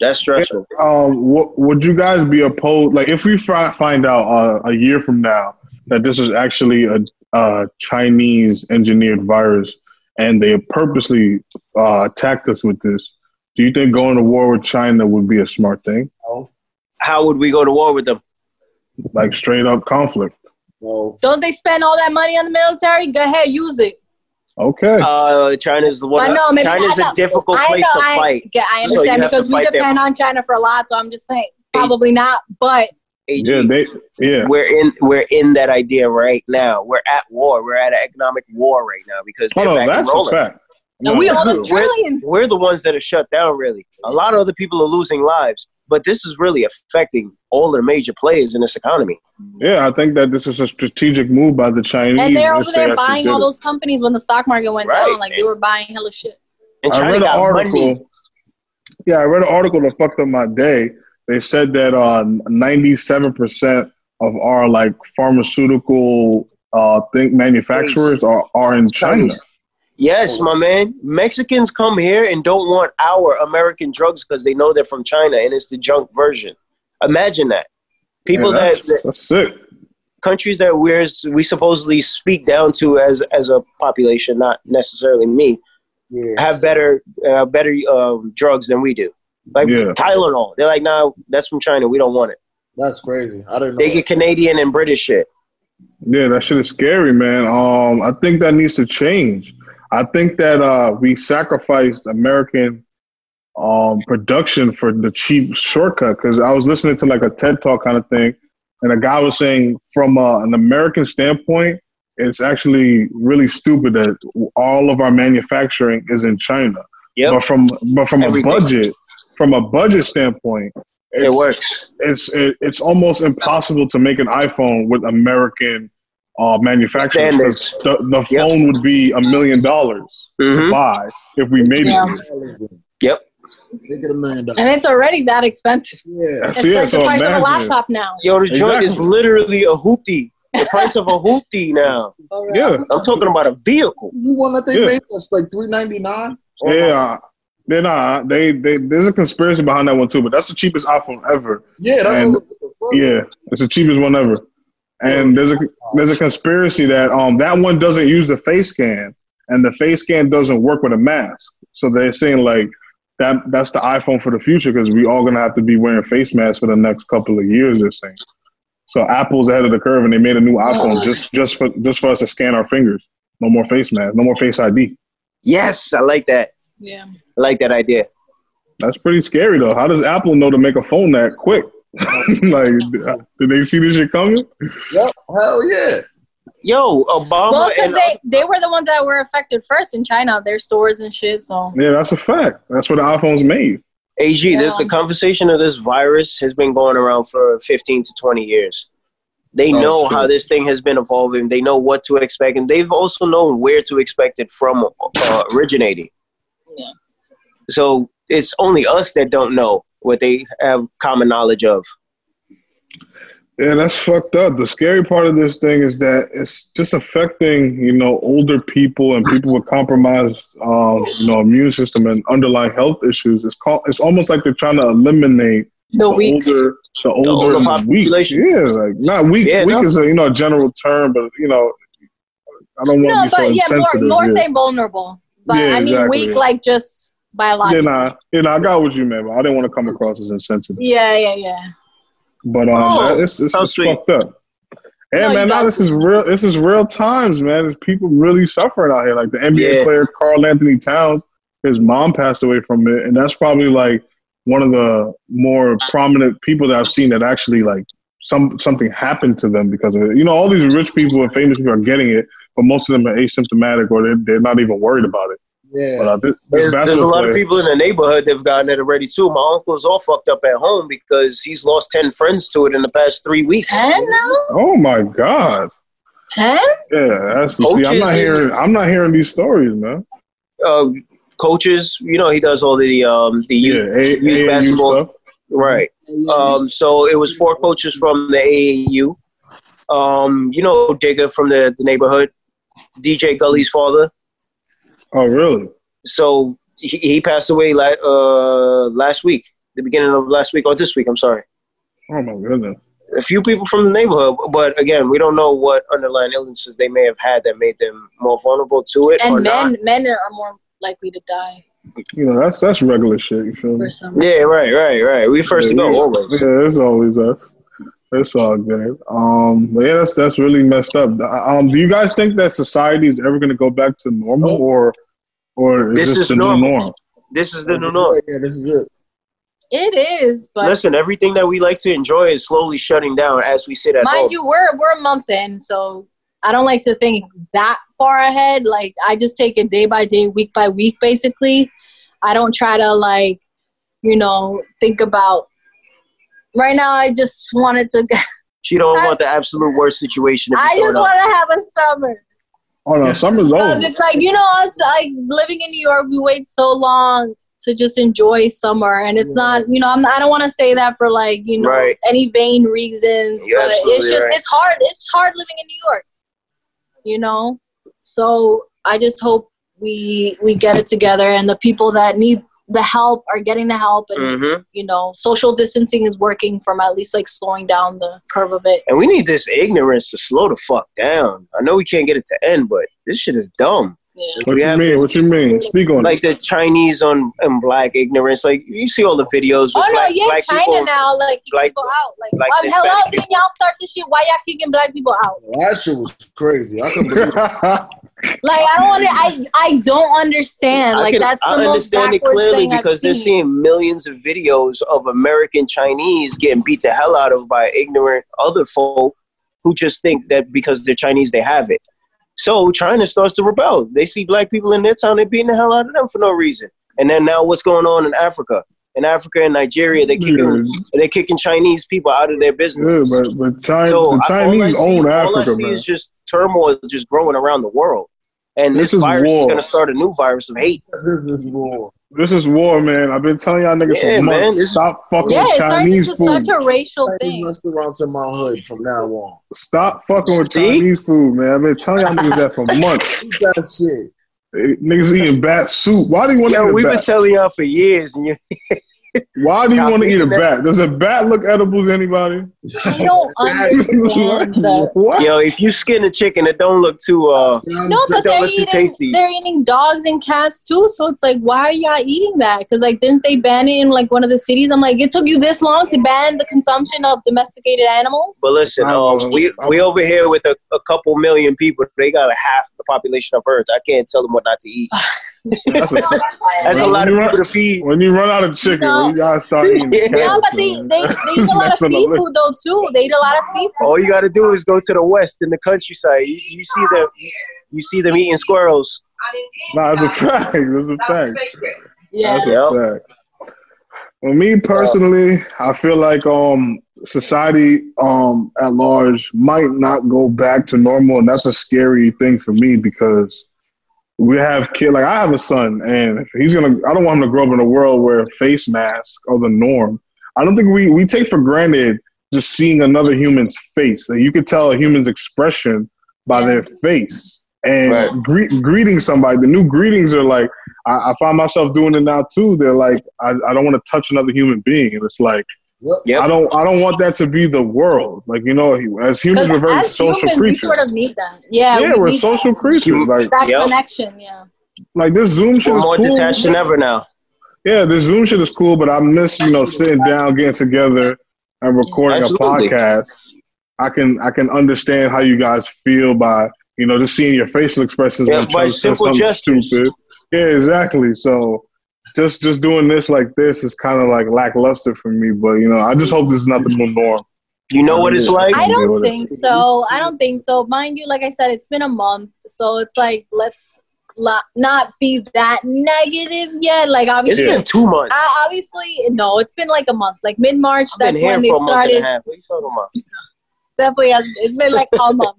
[SPEAKER 3] That's stressful.
[SPEAKER 1] um, w- would you guys be opposed? Like, if we fi- find out uh, a year from now that this is actually a, uh Chinese engineered virus and they purposely uh, attacked us with this, do you think going to war with China would be a smart thing?
[SPEAKER 2] No,
[SPEAKER 3] How would we go to war with them?
[SPEAKER 1] Like, straight up conflict.
[SPEAKER 2] no.
[SPEAKER 4] don't they spend all that money on the military go ahead use it
[SPEAKER 1] Okay.
[SPEAKER 3] Uh, China's the
[SPEAKER 4] I
[SPEAKER 3] one.
[SPEAKER 4] know, maybe-
[SPEAKER 3] China's
[SPEAKER 4] I know.
[SPEAKER 3] a difficult
[SPEAKER 4] I
[SPEAKER 3] place
[SPEAKER 4] know
[SPEAKER 3] to
[SPEAKER 4] I,
[SPEAKER 3] fight.
[SPEAKER 4] yeah, I
[SPEAKER 3] So you
[SPEAKER 4] understand
[SPEAKER 3] have to
[SPEAKER 4] because we
[SPEAKER 3] fight them.
[SPEAKER 4] depend on China for a lot so I'm just saying probably not but
[SPEAKER 3] AG.
[SPEAKER 1] Yeah, they, yeah.
[SPEAKER 3] we're in we're in that idea right now. We're at war. We're at an economic war right now because
[SPEAKER 1] Oh,
[SPEAKER 3] they're
[SPEAKER 1] no,
[SPEAKER 3] back and
[SPEAKER 1] that's a
[SPEAKER 3] rolling.
[SPEAKER 1] fact.
[SPEAKER 4] and we
[SPEAKER 1] No,
[SPEAKER 4] all the
[SPEAKER 3] We're-
[SPEAKER 4] trillions
[SPEAKER 3] we're the ones that are shut down really a lot of other people are losing lives but this is really affecting all the major players in this economy
[SPEAKER 1] yeah, I think that this is a strategic move by the Chinese.
[SPEAKER 4] and they're
[SPEAKER 1] if they
[SPEAKER 4] over there
[SPEAKER 1] actually
[SPEAKER 4] buying
[SPEAKER 1] did
[SPEAKER 4] all
[SPEAKER 1] it.
[SPEAKER 4] those companies when the stock market went
[SPEAKER 3] Right.
[SPEAKER 4] down. Like they were buying hella shit.
[SPEAKER 3] and
[SPEAKER 1] I
[SPEAKER 3] china
[SPEAKER 1] read an
[SPEAKER 3] got
[SPEAKER 1] article.
[SPEAKER 3] money
[SPEAKER 1] Yeah, I read an article that fucked up my day. They said that uh, 97% of our like pharmaceutical uh, think manufacturers are, are in China.
[SPEAKER 3] yes my man mexicans come here and don't want our american drugs because they know they're from china and it's the junk version imagine that people
[SPEAKER 1] Man,
[SPEAKER 3] that,
[SPEAKER 1] that's, that's sick.
[SPEAKER 3] countries that we're we supposedly speak down to as as a population not necessarily me
[SPEAKER 2] Yeah.
[SPEAKER 3] have better uh, better um, drugs than we do like
[SPEAKER 1] Yeah.
[SPEAKER 3] tylenol they're like nah that's from china we don't want it
[SPEAKER 2] That's crazy. I didn't know.
[SPEAKER 3] They get Canadian and British shit.
[SPEAKER 1] Yeah, that shit is scary, man. Um, I think that needs to change. I think that uh, we sacrificed American um, production for the cheap shortcut because I was listening to like a TED talk kind of thing, and a guy was saying from uh, an American standpoint, it's actually really stupid that all of our manufacturing is in China.
[SPEAKER 3] Yep.
[SPEAKER 1] But from but from
[SPEAKER 3] Everything.
[SPEAKER 1] a budget, from a budget standpoint,
[SPEAKER 3] It
[SPEAKER 1] it's-
[SPEAKER 3] works.
[SPEAKER 1] It's it, it's almost impossible to make an iPhone with American uh, manufacturing 'cause
[SPEAKER 3] Standards.
[SPEAKER 1] the, the
[SPEAKER 3] Yep.
[SPEAKER 1] phone would be a million dollars to
[SPEAKER 3] Mhm.
[SPEAKER 1] buy if we made
[SPEAKER 4] Yeah.
[SPEAKER 1] it.
[SPEAKER 3] Yep.
[SPEAKER 2] Make it a million dollars.
[SPEAKER 4] and it's already that expensive.
[SPEAKER 2] Yeah.
[SPEAKER 1] That's
[SPEAKER 4] It's
[SPEAKER 1] it.
[SPEAKER 4] like
[SPEAKER 1] so
[SPEAKER 4] the price of a
[SPEAKER 1] imagine.
[SPEAKER 4] laptop now.
[SPEAKER 3] Yo, the joint is
[SPEAKER 1] Exactly.
[SPEAKER 3] literally a hoopty. The price of a hoopty now.
[SPEAKER 4] For real.
[SPEAKER 1] Yeah,
[SPEAKER 3] I'm talking about a vehicle.
[SPEAKER 2] You one that they
[SPEAKER 1] Yeah.
[SPEAKER 2] made that's like three ninety nine.
[SPEAKER 1] yeah. They're not. They, they there's a conspiracy behind that one too, but that's the cheapest iPhone ever.
[SPEAKER 2] Yeah, that's
[SPEAKER 1] And-
[SPEAKER 2] what I'm looking for.
[SPEAKER 1] Yeah, it's the cheapest one ever. And there's a there's a conspiracy that um that one doesn't use the face scan, and the face scan doesn't work with a mask. So they're saying like that that's the iPhone for the future because we all gonna have to be wearing face masks for the next couple of years. They're saying. So Apple's ahead of the curve, and they made a new iPhone just just for just for us to scan our fingers. No more face mask. No more face ID.
[SPEAKER 3] Yes, I like that.
[SPEAKER 4] Yeah.
[SPEAKER 3] I like that idea.
[SPEAKER 1] That's pretty scary though. How does Apple know to make a phone that quick? like, did they see this shit coming?
[SPEAKER 2] Yep. Hell yeah.
[SPEAKER 3] Yo, Obama
[SPEAKER 4] Well, because
[SPEAKER 3] and
[SPEAKER 4] they, they were the ones that were affected first in China, their stores and shit. So
[SPEAKER 1] Yeah, that's a fact. That's what the iPhone's made.
[SPEAKER 3] AG, this, the
[SPEAKER 4] Yeah.
[SPEAKER 3] conversation of this virus has been going around for 15 to 20 years. They
[SPEAKER 1] Oh,
[SPEAKER 3] know
[SPEAKER 1] true.
[SPEAKER 3] how this thing has been evolving. They know what to expect, and they've also known where to expect it from uh, originating.
[SPEAKER 4] Yeah.
[SPEAKER 3] So it's only us that don't know what they have common knowledge of.
[SPEAKER 1] Yeah, that's fucked up. The scary part of this thing is that it's just affecting, you know, older people and people with compromised, um, you know, immune system and underlying health issues. It's called. It's almost like they're trying to eliminate
[SPEAKER 4] the
[SPEAKER 1] the
[SPEAKER 4] week.
[SPEAKER 1] older, the older,
[SPEAKER 3] older
[SPEAKER 1] and weak.
[SPEAKER 3] population.
[SPEAKER 1] Yeah, like not weak.
[SPEAKER 3] Yeah,
[SPEAKER 1] weak
[SPEAKER 3] no.
[SPEAKER 1] is a you know a general term, but you know, I don't
[SPEAKER 4] No,
[SPEAKER 1] want to be so
[SPEAKER 4] but yeah, more,
[SPEAKER 1] insensitive.
[SPEAKER 4] more
[SPEAKER 1] yeah.
[SPEAKER 4] say vulnerable. But
[SPEAKER 1] Yeah,
[SPEAKER 4] I mean,
[SPEAKER 1] exactly.
[SPEAKER 4] weak, like just
[SPEAKER 1] Yeah,
[SPEAKER 4] biological.
[SPEAKER 1] nah, yeah, nah, I got what you meant. But I didn't want to come across as insensitive.
[SPEAKER 4] Yeah, yeah, yeah.
[SPEAKER 1] But um,
[SPEAKER 3] Oh,
[SPEAKER 1] that- it's, it's,
[SPEAKER 3] how
[SPEAKER 4] sweet.
[SPEAKER 1] fucked up. And
[SPEAKER 4] No, you
[SPEAKER 1] man, now
[SPEAKER 4] got-
[SPEAKER 1] this is real. This is real times, man. There's people really suffering out here. Like the NBA
[SPEAKER 3] Yeah.
[SPEAKER 1] player Carl Anthony Towns, his mom passed away from it, and that's probably like one of the more prominent people that I've seen that actually like some something happened to them because of it. You know, all these rich people and famous people are getting it, but most of them are asymptomatic or they're, they're not even worried about it. But
[SPEAKER 2] Yeah.
[SPEAKER 1] uh, this, this
[SPEAKER 3] There's, there's a
[SPEAKER 1] basketball
[SPEAKER 3] lot
[SPEAKER 1] player,
[SPEAKER 3] of people in the neighborhood that've gotten it already too. My uncle's all fucked up at home because he's lost ten friends to it in the past three weeks.
[SPEAKER 4] Ten now?
[SPEAKER 1] oh my god,
[SPEAKER 4] Ten?
[SPEAKER 1] yeah, that's, see, I'm
[SPEAKER 3] Coaches
[SPEAKER 1] not
[SPEAKER 3] and-
[SPEAKER 1] hearing. I'm not hearing these stories, man.
[SPEAKER 3] Uh, coaches, you know, he does all the um, the
[SPEAKER 1] Yeah,
[SPEAKER 3] youth,
[SPEAKER 1] A-
[SPEAKER 3] youth
[SPEAKER 1] AAU
[SPEAKER 3] basketball,
[SPEAKER 1] stuff.
[SPEAKER 3] right? Um, so it was four coaches from the AAU. Um, you know, Digger from the, the neighborhood, DJ Gully's father.
[SPEAKER 1] Oh, really?
[SPEAKER 3] So he, he passed away la- uh, last week, the beginning of last week or this week. I'm sorry.
[SPEAKER 1] Oh my goodness.
[SPEAKER 3] A few people from the neighborhood, but again, we don't know what underlying illnesses they may have had that made them more vulnerable to it or
[SPEAKER 4] And
[SPEAKER 3] not.
[SPEAKER 4] men, men are more likely to die
[SPEAKER 1] You know that's that's regular shit. You feel
[SPEAKER 4] for
[SPEAKER 1] me?
[SPEAKER 4] some.
[SPEAKER 3] Yeah, right, right, right. We first to
[SPEAKER 1] yeah,
[SPEAKER 3] go
[SPEAKER 1] we-
[SPEAKER 3] always.
[SPEAKER 1] Yeah, it's always us. It's all good. Um, but yeah, that's that's really messed up. Um, do you guys think that society is ever going to go back to normal, or or is
[SPEAKER 3] Oh. This
[SPEAKER 1] this,
[SPEAKER 3] is
[SPEAKER 1] the
[SPEAKER 3] normal.
[SPEAKER 1] new norm?
[SPEAKER 3] This is the new norm.
[SPEAKER 2] Yeah, this is it.
[SPEAKER 4] It is, but
[SPEAKER 3] Listen, everything that we like to enjoy is slowly shutting down as we sit at home.
[SPEAKER 4] mind you, we're we're a month in, so I don't like to think that far ahead. Like I just take it day by day, week by week, basically. I don't try to like, you know, think about. Right now, I just wanted to.
[SPEAKER 3] she don't
[SPEAKER 4] I-
[SPEAKER 3] want the absolute worst situation. To be
[SPEAKER 4] I
[SPEAKER 3] thrown
[SPEAKER 4] just
[SPEAKER 3] out.
[SPEAKER 4] want to have a summer.
[SPEAKER 1] Oh no, summer's over.
[SPEAKER 4] Because it's like, you know, us like living in New York, we wait so long to just enjoy summer. And it's not, you know, I'm, I don't want to say that for like, you know,
[SPEAKER 3] Right.
[SPEAKER 4] any vain reasons.
[SPEAKER 3] You're
[SPEAKER 4] but it's
[SPEAKER 3] absolutely
[SPEAKER 4] just,
[SPEAKER 3] right.
[SPEAKER 4] it's hard. It's hard living in New York, you know? So I just hope we we get it together and the people that need the help are getting the help and
[SPEAKER 3] Mhm.
[SPEAKER 4] you know social distancing is working from at least like slowing down the curve of it
[SPEAKER 3] And we need this ignorance to slow the fuck down. I know we can't get it to end, but this shit is dumb.
[SPEAKER 1] what
[SPEAKER 3] we
[SPEAKER 1] you
[SPEAKER 3] have-
[SPEAKER 1] mean? What you mean? Speak on
[SPEAKER 3] Like
[SPEAKER 1] it.
[SPEAKER 3] the Chinese on and black ignorance. Like you see all the videos. With
[SPEAKER 4] Oh no,
[SPEAKER 3] black,
[SPEAKER 4] yeah,
[SPEAKER 3] black
[SPEAKER 4] China
[SPEAKER 3] people.
[SPEAKER 4] now, like you
[SPEAKER 3] black-
[SPEAKER 4] can go out. Like,
[SPEAKER 3] black
[SPEAKER 4] um, hello,
[SPEAKER 3] Hispanic
[SPEAKER 4] can y'all start this shit? Why y'all kicking black people out?
[SPEAKER 2] That shit was crazy. I couldn't believe it.
[SPEAKER 4] Like I don't want I I don't understand.
[SPEAKER 3] I
[SPEAKER 4] Like
[SPEAKER 3] can-
[SPEAKER 4] that's the
[SPEAKER 3] I
[SPEAKER 4] most
[SPEAKER 3] understand it
[SPEAKER 4] backwards
[SPEAKER 3] clearly
[SPEAKER 4] thing I've
[SPEAKER 3] because they're
[SPEAKER 4] seen.
[SPEAKER 3] seeing millions of videos of American Chinese getting beat the hell out of by ignorant other folk who just think that because they're Chinese they have it. So China starts to rebel. They see black people in their town, they're beating the hell out of them for no reason. And then now what's going on in Africa? In Africa and Nigeria, they're kicking, they're kicking Chinese people out of their
[SPEAKER 1] Yeah,
[SPEAKER 3] businesses.
[SPEAKER 1] but but China,
[SPEAKER 3] So
[SPEAKER 1] the
[SPEAKER 3] I- all I
[SPEAKER 1] Chinese
[SPEAKER 3] see-
[SPEAKER 1] own
[SPEAKER 3] All I
[SPEAKER 1] Africa,
[SPEAKER 3] see
[SPEAKER 1] man.
[SPEAKER 3] is just turmoil just growing around the world, and
[SPEAKER 1] This
[SPEAKER 3] this,
[SPEAKER 1] is
[SPEAKER 3] virus
[SPEAKER 1] war.
[SPEAKER 3] is going to start a new virus of hate.
[SPEAKER 2] This is war.
[SPEAKER 1] This is war, man. I've been telling y'all niggas
[SPEAKER 3] Yeah,
[SPEAKER 1] for
[SPEAKER 3] man,
[SPEAKER 1] months.
[SPEAKER 3] this is-
[SPEAKER 1] Stop fucking
[SPEAKER 4] Yeah,
[SPEAKER 1] with
[SPEAKER 4] it's already
[SPEAKER 1] Chinese
[SPEAKER 4] just
[SPEAKER 1] food.
[SPEAKER 4] such a racial
[SPEAKER 2] Chinese
[SPEAKER 4] thing.
[SPEAKER 2] restaurants in my hood from now on.
[SPEAKER 1] Stop fucking with
[SPEAKER 3] See?
[SPEAKER 1] Chinese food, man. I've been telling y'all niggas that for months. Eh,
[SPEAKER 2] Keep that shit.
[SPEAKER 1] Niggas eating bat soup. Why do you want to
[SPEAKER 3] Yo,
[SPEAKER 1] eat
[SPEAKER 3] we've
[SPEAKER 1] a
[SPEAKER 3] been
[SPEAKER 1] bat?
[SPEAKER 3] telling y'all for years, and you
[SPEAKER 1] Why do you
[SPEAKER 3] Y'all
[SPEAKER 1] want to eat a
[SPEAKER 3] eating that-
[SPEAKER 1] bat? Does a bat look edible to anybody?
[SPEAKER 4] I don't understand the
[SPEAKER 1] what?
[SPEAKER 3] yo, if you skin a chicken, it don't look too. Uh,
[SPEAKER 2] You know what I'm
[SPEAKER 4] No,
[SPEAKER 2] saying?
[SPEAKER 4] but
[SPEAKER 3] don't
[SPEAKER 4] they're
[SPEAKER 3] look too
[SPEAKER 4] eating,
[SPEAKER 3] tasty.
[SPEAKER 4] they're eating dogs and cats too. So it's like, why are y'all eating that? Because like, didn't they ban it in like one of the cities? I'm like, it took you this long to ban the consumption of domesticated animals.
[SPEAKER 3] but listen,
[SPEAKER 1] I
[SPEAKER 3] um,
[SPEAKER 1] was-
[SPEAKER 3] we
[SPEAKER 1] I
[SPEAKER 3] we over here with a, a couple million people. They got a half the population of Earth. I can't tell them what not to eat.
[SPEAKER 1] That's a,
[SPEAKER 3] That's a
[SPEAKER 1] When
[SPEAKER 3] lot of
[SPEAKER 1] you run-
[SPEAKER 3] people to feed.
[SPEAKER 1] when you run out of chicken,
[SPEAKER 4] No.
[SPEAKER 1] you gotta start eating
[SPEAKER 3] Yeah,
[SPEAKER 4] no,
[SPEAKER 1] carrots,
[SPEAKER 4] but they,
[SPEAKER 1] man.
[SPEAKER 4] they, they eat
[SPEAKER 1] It's
[SPEAKER 4] a lot
[SPEAKER 1] not
[SPEAKER 4] of
[SPEAKER 1] gonna work.
[SPEAKER 4] seafood though too. They eat a lot of seafood.
[SPEAKER 3] All you got to do is go to the west in the countryside. You, you see them. You see them eating squirrels.
[SPEAKER 1] Nah, it's a fact. It's a fact.
[SPEAKER 4] Yeah,
[SPEAKER 1] That's
[SPEAKER 3] Yep.
[SPEAKER 1] a fact. Well, me personally, I feel like um society um at large might not go back to normal, and that's a scary thing for me because we have kid like I have a son, and if he's gonna. I don't want him to grow up in a world where face masks are the norm. I don't think we we take for granted just seeing another human's face. Like you could tell a human's expression by their face and
[SPEAKER 3] Right.
[SPEAKER 1] gre- greeting somebody. The new greetings are like I, I find myself doing it now too. They're like, I, I don't want to touch another human being, and it's like
[SPEAKER 3] Yep.
[SPEAKER 1] I don't, I don't want that to be the world. Like you know, as humans,
[SPEAKER 4] 'Cause
[SPEAKER 1] we're very
[SPEAKER 4] as
[SPEAKER 1] social
[SPEAKER 4] humans,
[SPEAKER 1] creatures.
[SPEAKER 4] we sort of need that. Yeah,
[SPEAKER 1] yeah,
[SPEAKER 4] we
[SPEAKER 1] we're
[SPEAKER 4] need
[SPEAKER 1] social creatures. Like,
[SPEAKER 4] That, that
[SPEAKER 3] Yep.
[SPEAKER 4] connection, yeah.
[SPEAKER 1] like this Zoom shit
[SPEAKER 3] We're
[SPEAKER 1] is
[SPEAKER 3] more
[SPEAKER 1] cool.
[SPEAKER 3] detached than ever now.
[SPEAKER 1] Yeah, this Zoom shit is cool, but I miss you know sitting down, getting together, and recording
[SPEAKER 3] Absolutely.
[SPEAKER 1] a podcast. I can, I can understand how you guys feel by you know just seeing your facial expressions
[SPEAKER 3] Yeah,
[SPEAKER 1] when
[SPEAKER 3] by
[SPEAKER 1] Trump says
[SPEAKER 3] simple
[SPEAKER 1] something
[SPEAKER 3] gestures.
[SPEAKER 1] stupid. Yeah, exactly. So just just doing this like this is kind of like lackluster for me, but you know I just hope this is not the new norm.
[SPEAKER 3] You know what it's like.
[SPEAKER 4] I
[SPEAKER 1] can deal
[SPEAKER 4] don't
[SPEAKER 1] with it.
[SPEAKER 4] think so. I don't think so. Mind you, like I said, it's been a month, so it's like let's lo- not be that negative yet. Like
[SPEAKER 3] It's
[SPEAKER 4] obviously,
[SPEAKER 3] been two months.
[SPEAKER 4] I, obviously, no, it's been like a month, like mid March.
[SPEAKER 3] I've been
[SPEAKER 4] That's
[SPEAKER 3] here
[SPEAKER 4] when they
[SPEAKER 3] for a month and a
[SPEAKER 4] started.
[SPEAKER 3] half. What are you talking about?
[SPEAKER 4] Definitely, has- it's been like a month.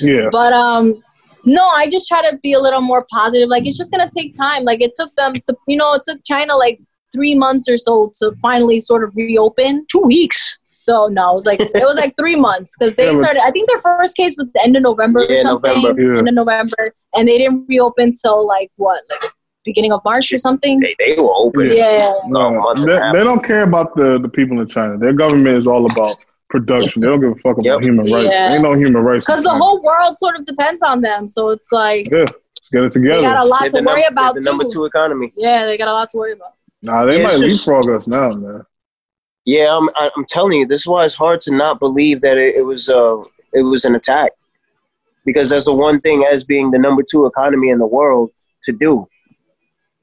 [SPEAKER 1] Yeah,
[SPEAKER 4] But um, no, I just try to be a little more positive. Like it's just gonna take time. Like it took them to, you know, it took China like three months or so to finally sort of reopen.
[SPEAKER 3] Two weeks.
[SPEAKER 4] So no, it was like it was like three months because they
[SPEAKER 1] Yeah, but-
[SPEAKER 4] started. I think their first case was the end of November or
[SPEAKER 3] Yeah,
[SPEAKER 4] something.
[SPEAKER 3] November,
[SPEAKER 1] yeah.
[SPEAKER 4] End of November, and they didn't reopen till like what, like beginning of March or something.
[SPEAKER 3] They, they were open.
[SPEAKER 4] Yeah,
[SPEAKER 1] No,
[SPEAKER 3] Oh, months
[SPEAKER 1] they,
[SPEAKER 3] and a half.
[SPEAKER 1] they don't care about the, the people in China. Their government is all about production. They don't give a fuck about
[SPEAKER 3] Yep.
[SPEAKER 1] human rights.
[SPEAKER 4] Yeah.
[SPEAKER 1] Ain't no human rights. in
[SPEAKER 4] because the
[SPEAKER 1] China.
[SPEAKER 4] whole world sort of depends on them. So it's like
[SPEAKER 1] yeah, let's get it
[SPEAKER 4] they
[SPEAKER 1] together.
[SPEAKER 4] got a lot
[SPEAKER 3] They're
[SPEAKER 4] to
[SPEAKER 3] the num-
[SPEAKER 4] worry
[SPEAKER 3] they're
[SPEAKER 4] about
[SPEAKER 3] The number
[SPEAKER 4] too.
[SPEAKER 3] two economy.
[SPEAKER 4] Yeah, they got a lot to worry about.
[SPEAKER 1] Nah, they
[SPEAKER 3] Yeah,
[SPEAKER 1] might
[SPEAKER 3] it's just-
[SPEAKER 1] leapfrog us now, man.
[SPEAKER 3] Yeah, I'm. I- I'm telling you, this is why it's hard to not believe that it, it was. Uh, it was an attack, because that's the one thing as being the number two economy in the world to do.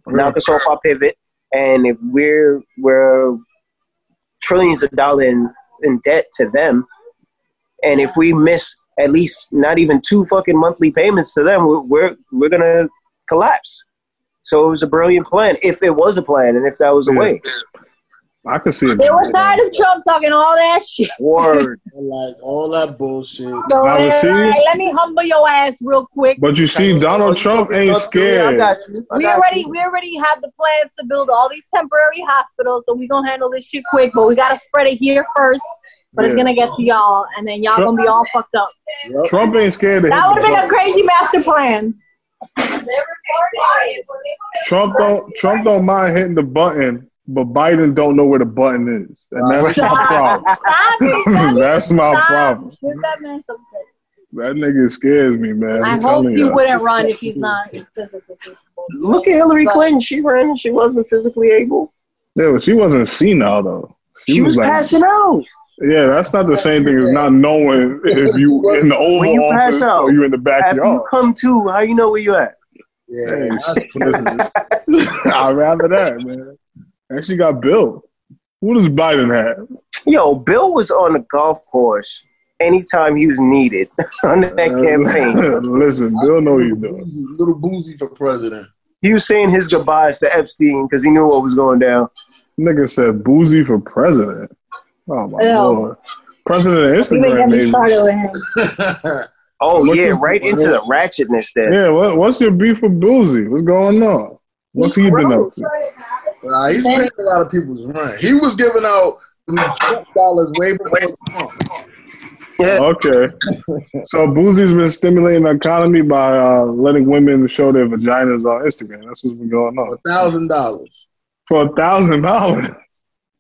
[SPEAKER 3] Not to off our pivot, and if we're we're trillions of dollars in, in debt to them, and if we miss at least not even two fucking monthly payments to them, we're we're, we're gonna collapse. So it was a brilliant plan, if it was a plan, and if that was the
[SPEAKER 1] Yeah.
[SPEAKER 3] way.
[SPEAKER 1] I can see it.
[SPEAKER 4] They were tired of Trump talking all that shit.
[SPEAKER 3] Word.
[SPEAKER 2] Like all that bullshit.
[SPEAKER 4] So
[SPEAKER 1] Now,
[SPEAKER 4] they're
[SPEAKER 1] but see-
[SPEAKER 4] like, let me humble your ass real quick.
[SPEAKER 1] But you see, Donald Trump ain't
[SPEAKER 3] I
[SPEAKER 1] scared.
[SPEAKER 3] got you. I
[SPEAKER 4] we
[SPEAKER 3] got
[SPEAKER 4] already
[SPEAKER 3] you.
[SPEAKER 4] we already have the plans to build all these temporary hospitals, so we gonna handle this shit quick. But we gotta spread it here first. But it's
[SPEAKER 1] Yeah.
[SPEAKER 4] gonna get to y'all, and then y'all
[SPEAKER 1] Trump-
[SPEAKER 4] gonna be all fucked up.
[SPEAKER 2] Yep.
[SPEAKER 1] Trump ain't scared to hit
[SPEAKER 4] That would
[SPEAKER 1] the
[SPEAKER 4] have been a
[SPEAKER 1] button.
[SPEAKER 4] crazy master plan.
[SPEAKER 1] Trump don't Trump don't mind hitting the button, but Biden don't know where the button is, and that's my problem.
[SPEAKER 4] Stop it, stop it,
[SPEAKER 1] that's my
[SPEAKER 4] stop.
[SPEAKER 1] problem.
[SPEAKER 4] Give that man some
[SPEAKER 1] That
[SPEAKER 4] credit.
[SPEAKER 1] nigga scares me, man.
[SPEAKER 4] I
[SPEAKER 1] I'm
[SPEAKER 4] hope
[SPEAKER 1] telling
[SPEAKER 4] he
[SPEAKER 1] you.
[SPEAKER 4] wouldn't run if he's not physically capable.
[SPEAKER 3] Look at Hillary Clinton. She ran. She wasn't physically able.
[SPEAKER 1] Yeah, but she wasn't senile though.
[SPEAKER 3] She was
[SPEAKER 1] like,
[SPEAKER 3] passing out.
[SPEAKER 1] Yeah, that's not the same thing as not knowing if you in the Oval
[SPEAKER 3] When you pass
[SPEAKER 1] Office
[SPEAKER 3] out,
[SPEAKER 1] or you in the
[SPEAKER 3] After
[SPEAKER 1] backyard.
[SPEAKER 3] you come to, how you know where you at?
[SPEAKER 2] Yeah,
[SPEAKER 1] Hey,
[SPEAKER 2] that's-
[SPEAKER 1] I'd rather that, man. And she got Bill. Who does Biden have?
[SPEAKER 3] Yo, Bill was on the golf course anytime he was needed on that
[SPEAKER 1] Uh,
[SPEAKER 3] campaign.
[SPEAKER 1] Listen, Bill know what he's doing.
[SPEAKER 2] Boozy- little boozy for president.
[SPEAKER 3] He was saying his goodbyes to Epstein because he knew what was going down.
[SPEAKER 1] Nigga said boozy for president. Oh my
[SPEAKER 4] Ew.
[SPEAKER 1] lord. President of
[SPEAKER 4] Even
[SPEAKER 1] Instagram,
[SPEAKER 4] get me
[SPEAKER 1] maybe.
[SPEAKER 4] started with him.
[SPEAKER 3] Oh
[SPEAKER 1] What's
[SPEAKER 3] yeah,
[SPEAKER 1] he-
[SPEAKER 3] right into the ratchetness there.
[SPEAKER 1] Yeah, what, what's your beef with Boozy? What's going on? What's he been up to?
[SPEAKER 2] Nah, he's paying a lot of people's rent. He was giving out Trump dollars way before Trump.
[SPEAKER 1] Okay. So Boozy's been stimulating the economy by uh, letting women show their vaginas on Instagram. That's what's been going on.
[SPEAKER 2] A thousand dollars.
[SPEAKER 1] For a thousand dollars.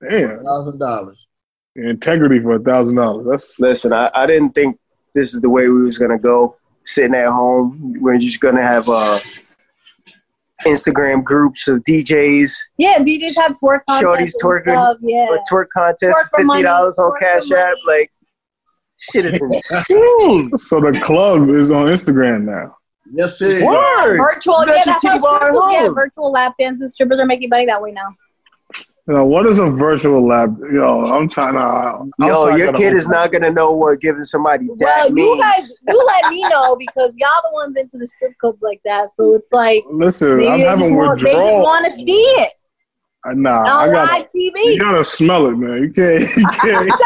[SPEAKER 1] Damn.
[SPEAKER 2] thousand dollars.
[SPEAKER 1] Integrity for a thousand dollars. That's
[SPEAKER 3] Listen, I, I didn't think this is the way we was gonna go. Sitting at home, we're just gonna have uh, Instagram groups of DJs,
[SPEAKER 4] Yeah, DJs have twerk contests.
[SPEAKER 3] Shorty's
[SPEAKER 4] and
[SPEAKER 3] twerking.
[SPEAKER 4] stuff, Yeah.
[SPEAKER 3] or twerk contest,
[SPEAKER 4] Twerk for
[SPEAKER 3] fifty dollars
[SPEAKER 4] money,
[SPEAKER 3] on
[SPEAKER 4] twerk
[SPEAKER 3] Cash
[SPEAKER 4] for
[SPEAKER 3] App.
[SPEAKER 4] money.
[SPEAKER 3] Like, shit is insane.
[SPEAKER 1] so the club is on Instagram now.
[SPEAKER 2] Yes, it. is.
[SPEAKER 3] Word.
[SPEAKER 4] Virtual,
[SPEAKER 3] That's a
[SPEAKER 4] yeah, that's how
[SPEAKER 3] titty bar
[SPEAKER 4] strippers
[SPEAKER 3] at
[SPEAKER 4] yeah,
[SPEAKER 3] home.
[SPEAKER 4] virtual lap dances. Strippers are making money that way now.
[SPEAKER 1] Now, what is a virtual lab? Yo, I'm trying to.
[SPEAKER 3] Yo,
[SPEAKER 1] outside
[SPEAKER 3] your
[SPEAKER 1] gotta
[SPEAKER 3] kid
[SPEAKER 1] open
[SPEAKER 3] is not gonna know what giving somebody
[SPEAKER 4] well,
[SPEAKER 3] that
[SPEAKER 4] you
[SPEAKER 3] means.
[SPEAKER 4] guys, you let me know because y'all the ones into the strip clubs like that. So it's like
[SPEAKER 1] Listen,
[SPEAKER 4] maybe
[SPEAKER 1] I'm
[SPEAKER 4] they just,
[SPEAKER 1] having
[SPEAKER 4] want, they just
[SPEAKER 1] withdrawal.
[SPEAKER 4] want Oh, to see it
[SPEAKER 1] Uh, nah, I
[SPEAKER 4] on
[SPEAKER 1] got.
[SPEAKER 4] live TV.
[SPEAKER 1] You gotta smell it, man. You can't. You can't. You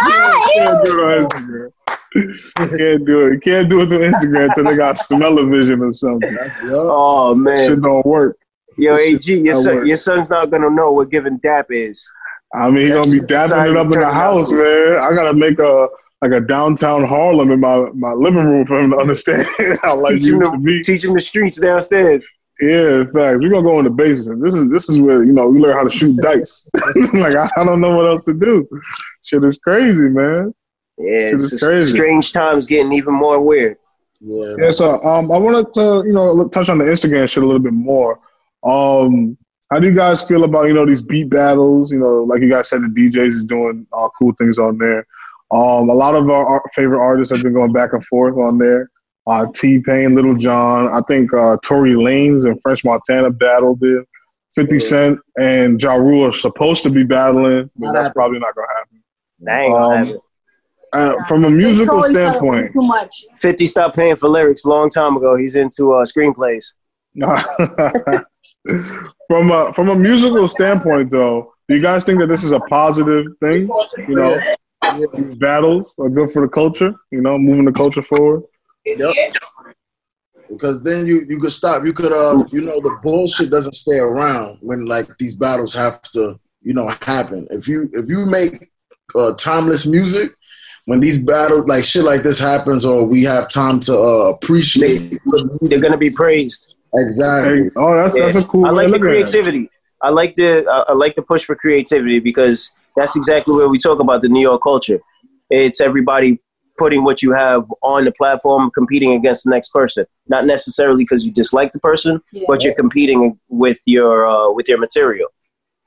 [SPEAKER 1] can't do it on Instagram. You can't do it. You can't do it through Instagram until they got smell of vision or something.
[SPEAKER 2] That's yo.
[SPEAKER 3] Oh
[SPEAKER 1] Shit
[SPEAKER 3] man,
[SPEAKER 1] don't work.
[SPEAKER 3] yo, Ag, your
[SPEAKER 1] That
[SPEAKER 3] son,
[SPEAKER 1] works.
[SPEAKER 3] your son's not gonna know what giving dap is.
[SPEAKER 1] I mean, he gonna be
[SPEAKER 3] That's
[SPEAKER 1] dapping it up in
[SPEAKER 3] society's
[SPEAKER 1] the house, man. I gotta make a like a downtown Harlem in my my living room for him to understand how like
[SPEAKER 3] Teach him
[SPEAKER 1] used
[SPEAKER 3] the-
[SPEAKER 1] to be.
[SPEAKER 3] Teach him the streets downstairs.
[SPEAKER 1] Yeah, in fact, we're gonna go in the basement. This is this is where you know we learn how to shoot dice. like I, I don't know what else to do. Shit is crazy, man.
[SPEAKER 3] Yeah,
[SPEAKER 1] Shit
[SPEAKER 3] it's
[SPEAKER 1] is
[SPEAKER 3] just
[SPEAKER 1] crazy.
[SPEAKER 3] strange times getting even more weird.
[SPEAKER 2] Yeah.
[SPEAKER 1] Yeah, so um, I wanted to you know look- touch on the Instagram shit a little bit more. Um, how do you guys feel about you know these beat battles? You know, like you guys said, the DJs is doing uh, cool things on there. Um, a lot of our ar- favorite artists have been going back and forth on there. Uh, T Pain, Little John, I think uh, Tory Lanez and French Montana battled it. Fifty Cent and Ja Rule are supposed to be battling, but
[SPEAKER 2] Not
[SPEAKER 1] that's
[SPEAKER 2] happening.
[SPEAKER 1] probably not gonna happen.
[SPEAKER 3] That ain't gonna
[SPEAKER 1] Um,
[SPEAKER 3] happen.
[SPEAKER 1] Uh, from a
[SPEAKER 4] They
[SPEAKER 1] musical
[SPEAKER 4] troll each other way
[SPEAKER 1] standpoint,
[SPEAKER 4] too much.
[SPEAKER 3] 50 stopped paying for lyrics a long time ago. He's into uh, screenplays.
[SPEAKER 1] Nah. from a from a musical standpoint, though, do you guys think that this is a positive thing? You know, these battles are good for the culture. You know, moving the culture forward.
[SPEAKER 2] Yep. Because then you you could stop. You could uh you know the bullshit doesn't stay around when like these battles have to you know happen. If you if you make uh, timeless music, when these battles like shit like this happens, or we have time to uh, appreciate the
[SPEAKER 3] They're
[SPEAKER 2] music.
[SPEAKER 3] gonna be praised.
[SPEAKER 2] exactly.
[SPEAKER 1] Hey, oh, that's that's a cool.
[SPEAKER 3] I like
[SPEAKER 1] way to
[SPEAKER 3] the
[SPEAKER 1] look at it.
[SPEAKER 3] creativity. I like the uh, I I like the push for creativity because that's exactly where we talk about the New York culture. It's everybody putting what you have on the platform, competing against the next person. Not necessarily because you dislike the person,
[SPEAKER 4] Yeah.
[SPEAKER 3] but you're competing with your uh, with your material.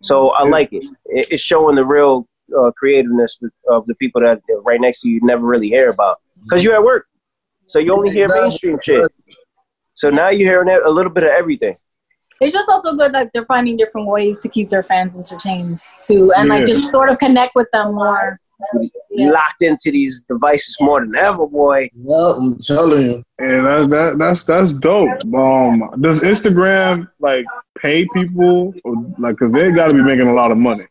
[SPEAKER 3] So I
[SPEAKER 1] Yeah.
[SPEAKER 3] like it. It- It's showing the real uh, creativeness of the people that are right next to you never really hear about because you're at work, so you only hear mainstream shit. So now you're hearing a little bit of everything.
[SPEAKER 4] It's just also good that they're finding different ways to keep their fans entertained too, and
[SPEAKER 1] Yeah.
[SPEAKER 4] like just sort of connect with them more.
[SPEAKER 3] You locked into these devices more than ever, boy.
[SPEAKER 2] Yep, I'm telling you.
[SPEAKER 1] Yeah, that, that that's that's dope. Um, does Instagram like pay people or, like because they got to be making a lot of money?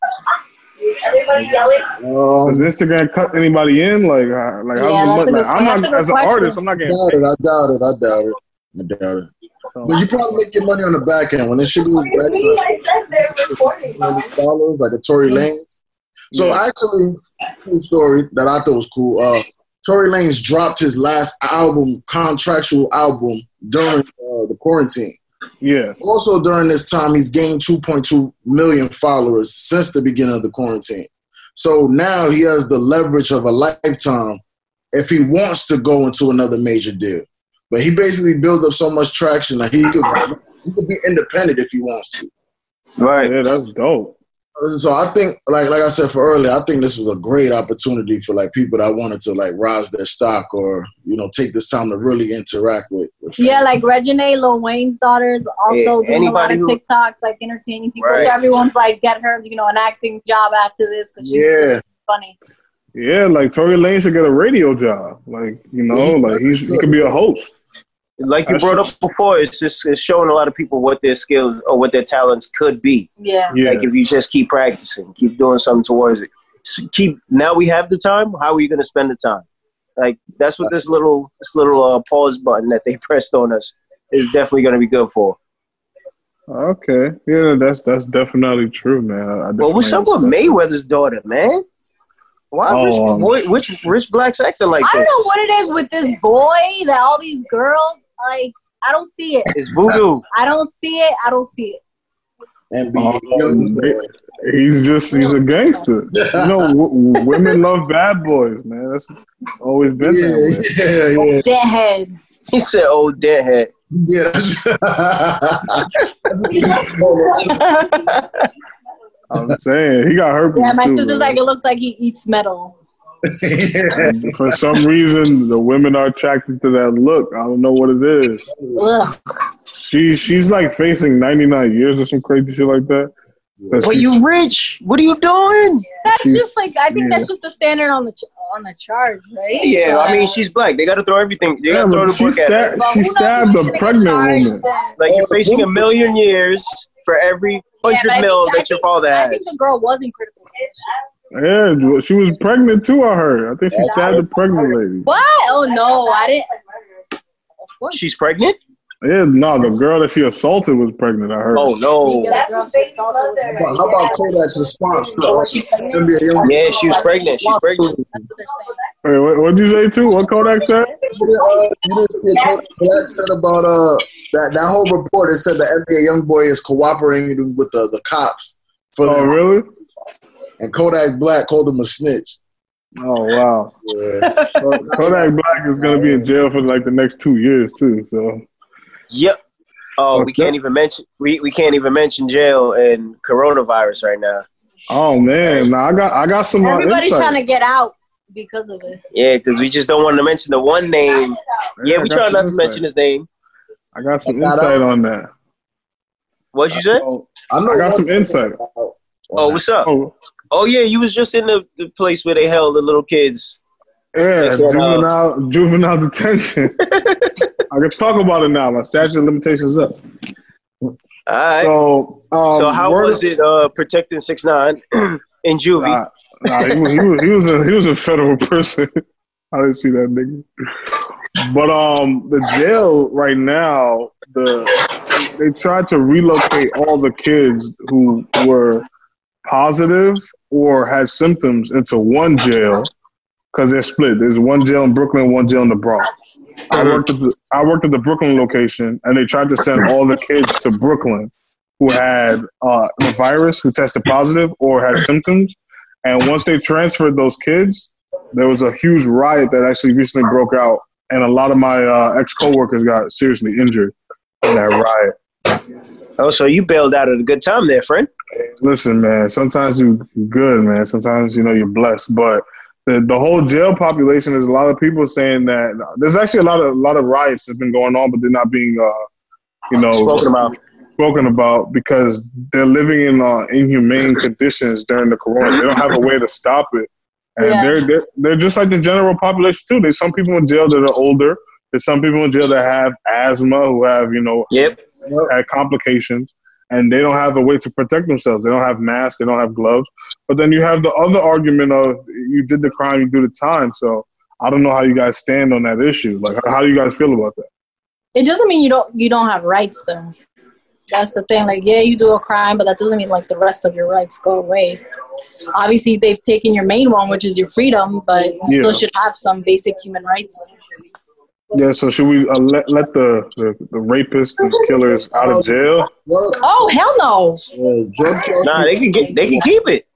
[SPEAKER 5] Everybody yelling.
[SPEAKER 2] Um,
[SPEAKER 1] Does Instagram cut anybody in? Like, how- like how's the
[SPEAKER 4] Yeah, that's
[SPEAKER 1] money?
[SPEAKER 4] a good-
[SPEAKER 1] Like, I'm
[SPEAKER 4] that's a
[SPEAKER 1] not
[SPEAKER 4] good
[SPEAKER 1] as an
[SPEAKER 4] question.
[SPEAKER 1] artist. I'm not getting
[SPEAKER 2] doubt it. I doubt it. I doubt it. I doubt it. But you probably make your money on the back end when this shit goes
[SPEAKER 5] What do you
[SPEAKER 2] back. to-
[SPEAKER 5] mean? I said they're recording. Mom.
[SPEAKER 2] hundred dollars, like a Tory Lanez. So actually, cool story that I thought was cool. Uh, Tory Lanez dropped his last album, contractual album, during uh, the quarantine.
[SPEAKER 1] yeah.
[SPEAKER 2] Also during this time, he's gained 2.2 million followers since the beginning of the quarantine. So now he has the leverage of a lifetime if he wants to go into another major deal. But he basically built up so much traction that he could, he could be independent if he wants to.
[SPEAKER 3] Right.
[SPEAKER 1] Yeah, that's dope.
[SPEAKER 2] So I think, like like I said for earlier, I think this was a great opportunity for like people that wanted to like rise their stock or you know take this time to really interact with. with
[SPEAKER 4] Yeah,
[SPEAKER 2] fans.
[SPEAKER 4] like Regine, Lil Wayne's daughter, is also
[SPEAKER 3] Yeah,
[SPEAKER 4] doing a lot
[SPEAKER 3] anybody
[SPEAKER 4] of
[SPEAKER 3] who-
[SPEAKER 4] TikToks, like entertaining people.
[SPEAKER 3] Right.
[SPEAKER 4] So everyone's like, get her, you know, an acting job after this because she's
[SPEAKER 2] yeah,
[SPEAKER 4] funny.
[SPEAKER 1] Yeah, like Tory Lane should get a radio job. Like you know, like he's, he could be a host.
[SPEAKER 3] Like you
[SPEAKER 1] That's-
[SPEAKER 3] brought up before, it's just it's showing a lot of people what their skills or what their talents could be.
[SPEAKER 4] Yeah.
[SPEAKER 1] Yeah,
[SPEAKER 3] Like if you just keep practicing, keep doing something towards it. S- Keep now we have the time. How are you going to spend the time? Like that's what this little this little uh, pause button that they pressed on us is definitely going to be good for.
[SPEAKER 1] Okay. Yeah, that's that's definitely true, man. I, I
[SPEAKER 3] Well, what's up with
[SPEAKER 1] definitely-
[SPEAKER 3] Mayweather's daughter, man? Why
[SPEAKER 1] Oh,
[SPEAKER 3] rich,
[SPEAKER 1] um,
[SPEAKER 3] boy, which rich blacks acting like
[SPEAKER 4] I don't
[SPEAKER 3] this?
[SPEAKER 4] know what it is with this boy that all these girls like. I don't see it.
[SPEAKER 3] It's voodoo.
[SPEAKER 4] I don't see it. I don't see it.
[SPEAKER 2] NBA
[SPEAKER 1] Oh,
[SPEAKER 2] young
[SPEAKER 1] great.
[SPEAKER 2] boy.
[SPEAKER 1] He's just he's a gangster. You know, w- w- women love bad boys, man. That's always been that
[SPEAKER 2] Yeah,
[SPEAKER 1] way.
[SPEAKER 2] yeah, yeah,
[SPEAKER 4] Deadhead.
[SPEAKER 3] He said, "Oh, deadhead."
[SPEAKER 2] yeah. that's-
[SPEAKER 1] I'm saying he got herpes.
[SPEAKER 4] Yeah, my
[SPEAKER 1] too,
[SPEAKER 4] sister's
[SPEAKER 1] man.
[SPEAKER 4] like, it looks like he eats metal.
[SPEAKER 2] yeah.
[SPEAKER 1] For some reason, the women are attracted to that look. I don't know what it is.
[SPEAKER 4] Ugh.
[SPEAKER 1] She she's like facing 99 years or some crazy shit like that. 'Cause
[SPEAKER 3] But
[SPEAKER 1] she's-
[SPEAKER 3] you rich. What are you doing?
[SPEAKER 4] That's
[SPEAKER 1] She's-
[SPEAKER 4] just like I think
[SPEAKER 1] yeah.
[SPEAKER 4] that's just the standard on the ch- on the charge, right?
[SPEAKER 3] Yeah,
[SPEAKER 4] So,
[SPEAKER 3] I mean, she's black. They got to throw everything. They
[SPEAKER 1] Yeah,
[SPEAKER 3] got to
[SPEAKER 1] but
[SPEAKER 3] throw the
[SPEAKER 1] she
[SPEAKER 3] book at her.
[SPEAKER 1] stabbed-
[SPEAKER 4] But who
[SPEAKER 1] she
[SPEAKER 4] knows
[SPEAKER 1] stabbed
[SPEAKER 4] who's
[SPEAKER 1] a
[SPEAKER 4] gonna
[SPEAKER 1] pregnant
[SPEAKER 4] charge
[SPEAKER 1] woman.
[SPEAKER 4] them?
[SPEAKER 3] Like
[SPEAKER 2] Oh,
[SPEAKER 3] you're
[SPEAKER 2] the
[SPEAKER 3] facing a
[SPEAKER 2] book-
[SPEAKER 3] million years for every hundred
[SPEAKER 4] but I think-
[SPEAKER 3] mil
[SPEAKER 4] I
[SPEAKER 3] that your
[SPEAKER 4] think-
[SPEAKER 3] father
[SPEAKER 4] I
[SPEAKER 3] has.
[SPEAKER 4] think the girl was in critical. condition.
[SPEAKER 1] Yeah, she was pregnant too. I heard. I think she stabbed a pregnant lady.
[SPEAKER 4] What? Oh no, I didn't. Of course.
[SPEAKER 3] She's pregnant.
[SPEAKER 1] Yeah, no, the girl that she assaulted was pregnant. I heard.
[SPEAKER 3] Oh no.
[SPEAKER 4] Yeah.
[SPEAKER 5] That's his baby mother. Oh,
[SPEAKER 2] But how about Kodak's response to uh, NBA young
[SPEAKER 3] Yeah, she was pregnant. She's pregnant.
[SPEAKER 4] That's what they're saying.
[SPEAKER 1] Wait, what would you say too? What Kodak said?
[SPEAKER 2] You didn't, uh, you didn't see what Kodak Black said about uh that, that whole report. It said the NBA young boy is cooperating with the, the cops for
[SPEAKER 1] Oh,
[SPEAKER 2] them,
[SPEAKER 1] really?
[SPEAKER 2] and Kodak Black called him a snitch.
[SPEAKER 1] Oh, wow.
[SPEAKER 2] Yeah.
[SPEAKER 1] Kodak Black is gonna be in jail for like the next two years too. So
[SPEAKER 3] Yep. Oh, we
[SPEAKER 1] Okay.
[SPEAKER 3] can't even mention we, we can't even mention jail and coronavirus right now.
[SPEAKER 1] Oh man, nah, I got I got some uh,
[SPEAKER 4] Everybody's
[SPEAKER 1] insight.
[SPEAKER 4] trying to get out because of it.
[SPEAKER 3] Yeah, because we just don't want to mention the one name. Yeah,
[SPEAKER 1] I
[SPEAKER 3] we
[SPEAKER 1] got
[SPEAKER 3] try
[SPEAKER 1] some
[SPEAKER 3] not to
[SPEAKER 1] insight.
[SPEAKER 3] mention his name.
[SPEAKER 1] I got some
[SPEAKER 2] I got
[SPEAKER 1] insight on that.
[SPEAKER 3] What'd you say?
[SPEAKER 1] Oh,
[SPEAKER 2] I know.
[SPEAKER 1] I
[SPEAKER 2] one
[SPEAKER 1] got some
[SPEAKER 2] thing
[SPEAKER 1] insight.
[SPEAKER 2] about-
[SPEAKER 3] Oh, what's up?
[SPEAKER 1] Oh,
[SPEAKER 3] Oh yeah, you was just in the, the place where they held the little kids.
[SPEAKER 1] yeah,
[SPEAKER 3] That's what, uh,
[SPEAKER 1] juvenile juvenile detention. I can talk about it now. My statute of limitations up.
[SPEAKER 3] All right. So,
[SPEAKER 1] So, um,
[SPEAKER 3] how
[SPEAKER 1] word-
[SPEAKER 3] was it uh, protecting six nine in juvie?
[SPEAKER 1] Nah, nah, he, was, he, was, he was a he was a federal person. I didn't see that nigga. But um, the jail right now, the they tried to relocate all the kids who were positive or had symptoms into one jail because they're split. There's one jail in Brooklyn, one jail in the Bronx. I worked at the I worked at the Brooklyn location, and they tried to send all the kids to Brooklyn who had uh, the virus, who tested positive or had symptoms. And once they transferred those kids, there was a huge riot that actually recently broke out, and a lot of my uh, ex coworkers got seriously injured in that riot.
[SPEAKER 3] Oh, so you bailed out at a good time there, friend.
[SPEAKER 1] Listen, man, sometimes you you good, man. Sometimes you know you're blessed, but the, the whole jail population is a lot of people saying that there's actually a lot of a lot of riots that's been going on, but they're not being, uh, you know,
[SPEAKER 3] Spoken about.
[SPEAKER 1] spoken about because they're living in uh, inhumane conditions during the corona. They don't have a way to stop it, and
[SPEAKER 4] Yeah.
[SPEAKER 1] they're, they're they're just like the general population too. There's some people in jail that are older. There's some people in jail that have asthma, who have you know
[SPEAKER 3] Yep.
[SPEAKER 1] had complications, and they don't have a way to protect themselves. They don't have masks. They don't have gloves. But then you have the other argument of you did the crime, you do the time. So I don't know how you guys stand on that issue. Like, how do you guys feel about that?
[SPEAKER 4] It doesn't mean you don't you don't have rights though. That's the thing. Like, yeah, you do a crime, but that doesn't mean like the rest of your rights go away. Obviously, they've taken your main one, which is your freedom, but you
[SPEAKER 1] Yeah.
[SPEAKER 4] still should have some basic human rights.
[SPEAKER 1] Yeah, so should we uh, let, let the, the, the rapists and killers out of jail?
[SPEAKER 2] Well,
[SPEAKER 4] Oh hell no!
[SPEAKER 2] uh, drug trafficking-
[SPEAKER 3] Nah, they can get they can keep it.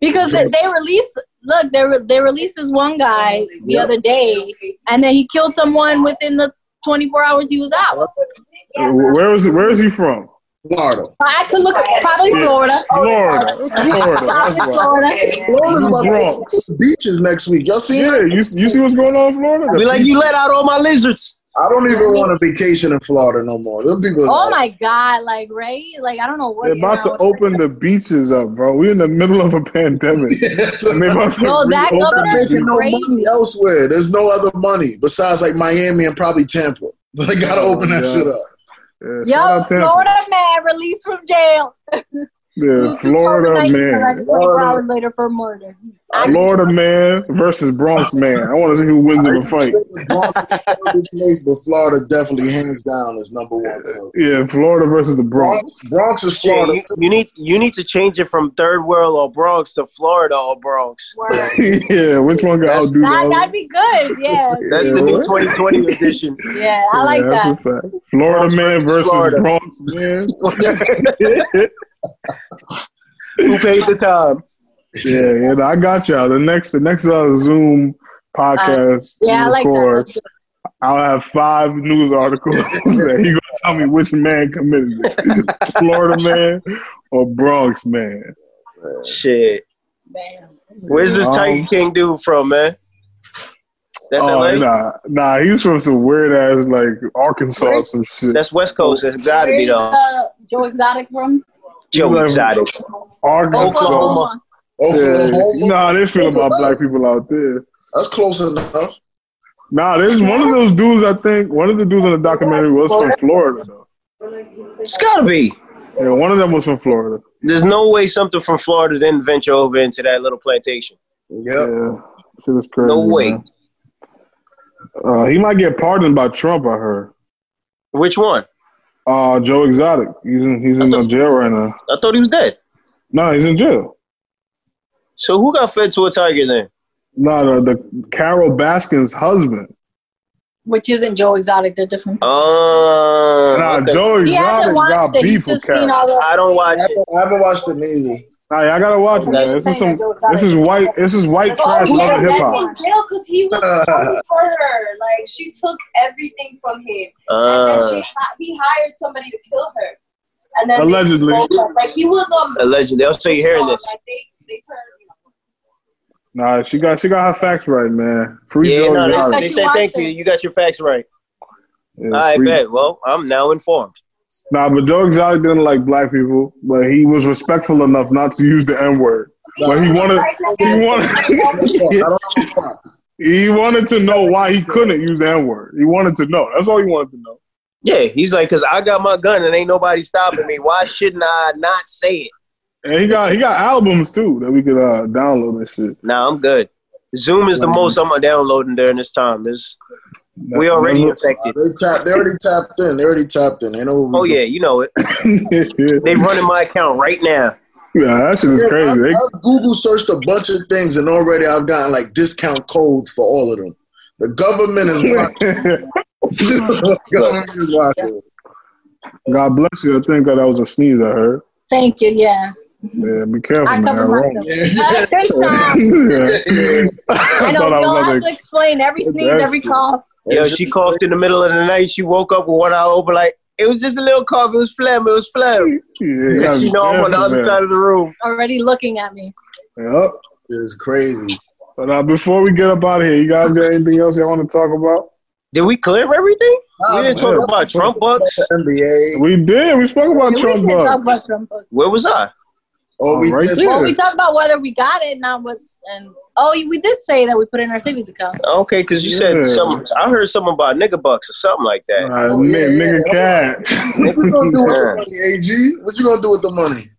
[SPEAKER 4] Because they, they release look they re- they released this one guy the
[SPEAKER 2] Yeah.
[SPEAKER 4] other day, and then he killed someone within the 24 hours he was out.
[SPEAKER 1] Uh, Where is where is he from?
[SPEAKER 2] Florida.
[SPEAKER 4] I could look at probably Florida.
[SPEAKER 1] Florida, Florida. That's
[SPEAKER 4] Probably
[SPEAKER 1] why.
[SPEAKER 4] Florida.
[SPEAKER 2] Florida's about to go
[SPEAKER 1] Bronx.
[SPEAKER 2] to the beaches next week. Y'all see
[SPEAKER 1] Yeah,
[SPEAKER 2] it?
[SPEAKER 1] you, you see what's going on in Florida?
[SPEAKER 3] We like you let out all my lizards.
[SPEAKER 2] I don't even want a vacation in Florida no more. Them people. is
[SPEAKER 4] Oh
[SPEAKER 2] like,
[SPEAKER 4] my god! Like right? Like I don't know what.
[SPEAKER 1] They're about to open the beaches up, bro. We're in the middle of a pandemic. And they about to
[SPEAKER 4] Yo, that
[SPEAKER 1] reopen
[SPEAKER 4] governor-
[SPEAKER 1] the
[SPEAKER 2] making
[SPEAKER 4] That's
[SPEAKER 1] beaches.
[SPEAKER 2] no
[SPEAKER 4] crazy.
[SPEAKER 2] money elsewhere. There's no other money besides like Miami and probably Tampa. They gotta
[SPEAKER 1] Oh,
[SPEAKER 2] open that
[SPEAKER 1] yeah.
[SPEAKER 2] shit up.
[SPEAKER 1] Yeah, shout
[SPEAKER 4] Yo,
[SPEAKER 1] out Tampa.
[SPEAKER 4] Florida man released from jail.
[SPEAKER 1] Yeah, Florida
[SPEAKER 4] Overnight
[SPEAKER 1] man.
[SPEAKER 4] arrested 24
[SPEAKER 2] Florida.
[SPEAKER 4] hours later for murder.
[SPEAKER 1] Florida man versus Bronx man. I want to see who wins in the fight.
[SPEAKER 2] place, but Florida definitely hands down is number one. So.
[SPEAKER 1] Yeah, Florida versus the Bronx.
[SPEAKER 2] Bronx, Bronx is
[SPEAKER 3] Shit,
[SPEAKER 2] Florida.
[SPEAKER 3] you, you need you need to change it from third world or Bronx to Florida or Bronx.
[SPEAKER 4] Word.
[SPEAKER 1] yeah, which one got outdo the
[SPEAKER 4] That,
[SPEAKER 1] other?
[SPEAKER 4] that'd be good. Yeah.
[SPEAKER 3] That's
[SPEAKER 1] Yeah,
[SPEAKER 3] the new
[SPEAKER 1] what?
[SPEAKER 3] 2020 edition.
[SPEAKER 4] Yeah, I like
[SPEAKER 1] Yeah, that's
[SPEAKER 4] that.
[SPEAKER 1] a fact. Florida
[SPEAKER 3] Bronx
[SPEAKER 1] man
[SPEAKER 3] versus
[SPEAKER 1] versus
[SPEAKER 3] Florida.
[SPEAKER 1] Bronx man.
[SPEAKER 3] Who paid the time?
[SPEAKER 1] Yeah, yeah, I got y'all. The next, the next uh, Zoom podcast
[SPEAKER 4] Uh, Yeah, I
[SPEAKER 1] we
[SPEAKER 4] like
[SPEAKER 1] record,
[SPEAKER 4] that.
[SPEAKER 1] I'll have five news articles that he gonna tell me which man committed it, Florida man or Bronx man.
[SPEAKER 3] Shit.
[SPEAKER 4] Man.
[SPEAKER 3] Where's this
[SPEAKER 1] Um,
[SPEAKER 3] Tiger King dude from, man? That's
[SPEAKER 1] oh,
[SPEAKER 3] LA?
[SPEAKER 1] nah, nah, he's from some weird ass like Arkansas, or some shit.
[SPEAKER 3] That's West Coast. It's gotta be
[SPEAKER 4] Where's,
[SPEAKER 3] though.
[SPEAKER 4] uh, Joe Exotic from?
[SPEAKER 3] Joe
[SPEAKER 1] He's like-
[SPEAKER 3] Exotic.
[SPEAKER 1] Arkansas.
[SPEAKER 3] Oklahoma.
[SPEAKER 1] Yeah.
[SPEAKER 2] Oklahoma.
[SPEAKER 1] You know how they feel about
[SPEAKER 2] Oklahoma.
[SPEAKER 1] black people out there.
[SPEAKER 2] That's close enough.
[SPEAKER 1] Nah, there's one of those dudes. I think one of the dudes on the documentary was from Florida though.
[SPEAKER 3] It's gotta be.
[SPEAKER 1] Yeah, one of them was from Florida.
[SPEAKER 3] There's no way something from Florida didn't venture over into that little plantation.
[SPEAKER 2] Yep.
[SPEAKER 1] Yeah, shit is crazy.
[SPEAKER 3] No way.
[SPEAKER 1] man. Uh, he might get pardoned by Trump. I heard.
[SPEAKER 3] Which one?
[SPEAKER 1] Uh, Joe Exotic. He's in, he's in
[SPEAKER 3] I thought-
[SPEAKER 1] jail right now.
[SPEAKER 3] I thought he was dead.
[SPEAKER 1] No, he's in jail.
[SPEAKER 3] So who got fed to a tiger then?
[SPEAKER 1] No, the, the Carol Baskin's husband.
[SPEAKER 4] Which isn't Joe Exotic. They're different.
[SPEAKER 3] Uh,
[SPEAKER 1] Nah,
[SPEAKER 3] okay.
[SPEAKER 1] Joe
[SPEAKER 4] He
[SPEAKER 1] Exotic got
[SPEAKER 4] hasn't watched it. He's
[SPEAKER 1] beef with
[SPEAKER 4] just seen
[SPEAKER 1] Carol.
[SPEAKER 4] all the.
[SPEAKER 3] I don't
[SPEAKER 2] I
[SPEAKER 3] watch it.
[SPEAKER 2] haven't, I haven't watched it neither.
[SPEAKER 1] Nah, I gotta watch it, man. This is some. This is white. This is white trash
[SPEAKER 4] Oh, yeah,
[SPEAKER 1] love hip
[SPEAKER 4] that
[SPEAKER 1] hop.
[SPEAKER 4] one.
[SPEAKER 5] in jail because he was on her. Like she took everything from him, and then
[SPEAKER 3] Uh,
[SPEAKER 5] she hi- he hired somebody to kill her, and then they
[SPEAKER 1] Allegedly.
[SPEAKER 5] just broke up. like he was um.
[SPEAKER 3] allegedly. I'll say you hearing
[SPEAKER 5] Like,
[SPEAKER 3] this.
[SPEAKER 5] they, they turned, you know,
[SPEAKER 1] Nah, she got she got her facts right, man. Free
[SPEAKER 3] Yeah,
[SPEAKER 1] Joe
[SPEAKER 3] no,
[SPEAKER 4] Exotic.
[SPEAKER 3] they,
[SPEAKER 1] Exotic.
[SPEAKER 3] they said thank you. You got your facts right.
[SPEAKER 1] Yeah,
[SPEAKER 3] I
[SPEAKER 1] free-
[SPEAKER 3] bet. Well, I'm now informed.
[SPEAKER 1] Nah, but Joe Exotic didn't like black people, but he was respectful enough not to use the N word. But he wanted he wanted
[SPEAKER 2] That's all. I don't have a problem.
[SPEAKER 1] he wanted to know why he couldn't use the N word. He wanted to know. That's all he wanted to know.
[SPEAKER 3] Yeah, he's like, cause I got my gun and ain't nobody stopping me. Why shouldn't I not say it?
[SPEAKER 1] And he got he got albums too that we could uh, download and shit.
[SPEAKER 3] Nah, I'm good. Zoom is the most I'm downloading during this time. Is we already infected.
[SPEAKER 2] They tapped. They already tapped in. They already tapped in. They know.
[SPEAKER 3] Oh yeah, you know it. They
[SPEAKER 1] yeah,
[SPEAKER 3] running my account right now.
[SPEAKER 1] that shit is crazy. They-
[SPEAKER 2] I've Google searched a bunch of things, and already I've gotten like discount codes for all of them. The government is watching. The government is watching.
[SPEAKER 1] God bless you. I think that was a sneeze. I heard.
[SPEAKER 4] Thank you. Yeah.
[SPEAKER 1] Yeah, be careful,
[SPEAKER 4] I
[SPEAKER 1] man.
[SPEAKER 4] covered
[SPEAKER 1] Wrong.
[SPEAKER 4] myself.
[SPEAKER 2] Yeah.
[SPEAKER 4] Good job.
[SPEAKER 1] Yeah.
[SPEAKER 4] I
[SPEAKER 1] I
[SPEAKER 4] know.
[SPEAKER 1] thought I
[SPEAKER 4] You'll
[SPEAKER 1] was
[SPEAKER 4] have
[SPEAKER 1] like,
[SPEAKER 4] to explain every sneeze,
[SPEAKER 1] That's-
[SPEAKER 4] every cough.
[SPEAKER 3] Yo, she coughed in the middle of the night. She woke up with one eye open, like it was just a little cough. It was phlegm. It was phlegm.
[SPEAKER 1] yeah, you gotta
[SPEAKER 3] And
[SPEAKER 1] be
[SPEAKER 3] she know I'm on the
[SPEAKER 1] careful,
[SPEAKER 3] other
[SPEAKER 1] man.
[SPEAKER 3] side of the room.
[SPEAKER 4] Already looking at me.
[SPEAKER 1] Yep.
[SPEAKER 2] It's crazy.
[SPEAKER 1] But uh, before we get up out of here, you guys got anything else y'all want to talk about?
[SPEAKER 3] Did we clear everything? We
[SPEAKER 1] man.
[SPEAKER 3] didn't talk about Trump bucks.
[SPEAKER 2] The NBA.
[SPEAKER 1] We did. We spoke about
[SPEAKER 4] We
[SPEAKER 1] Trump
[SPEAKER 4] should talk
[SPEAKER 1] Buck.
[SPEAKER 4] about Trump books.
[SPEAKER 3] Where was I?
[SPEAKER 2] Oh, we
[SPEAKER 1] Right
[SPEAKER 2] just
[SPEAKER 1] there.
[SPEAKER 4] Well, we talked about whether we got it, not what. And oh, we did say that we put it in our savings account.
[SPEAKER 3] Okay, because you
[SPEAKER 1] Yeah.
[SPEAKER 3] said some. I heard something about nigga bucks or something like that.
[SPEAKER 1] Uh,
[SPEAKER 2] Oh, yeah,
[SPEAKER 1] nigga
[SPEAKER 2] yeah. What you gonna do with the
[SPEAKER 1] cat.
[SPEAKER 2] money, AG? What you gonna do with the money?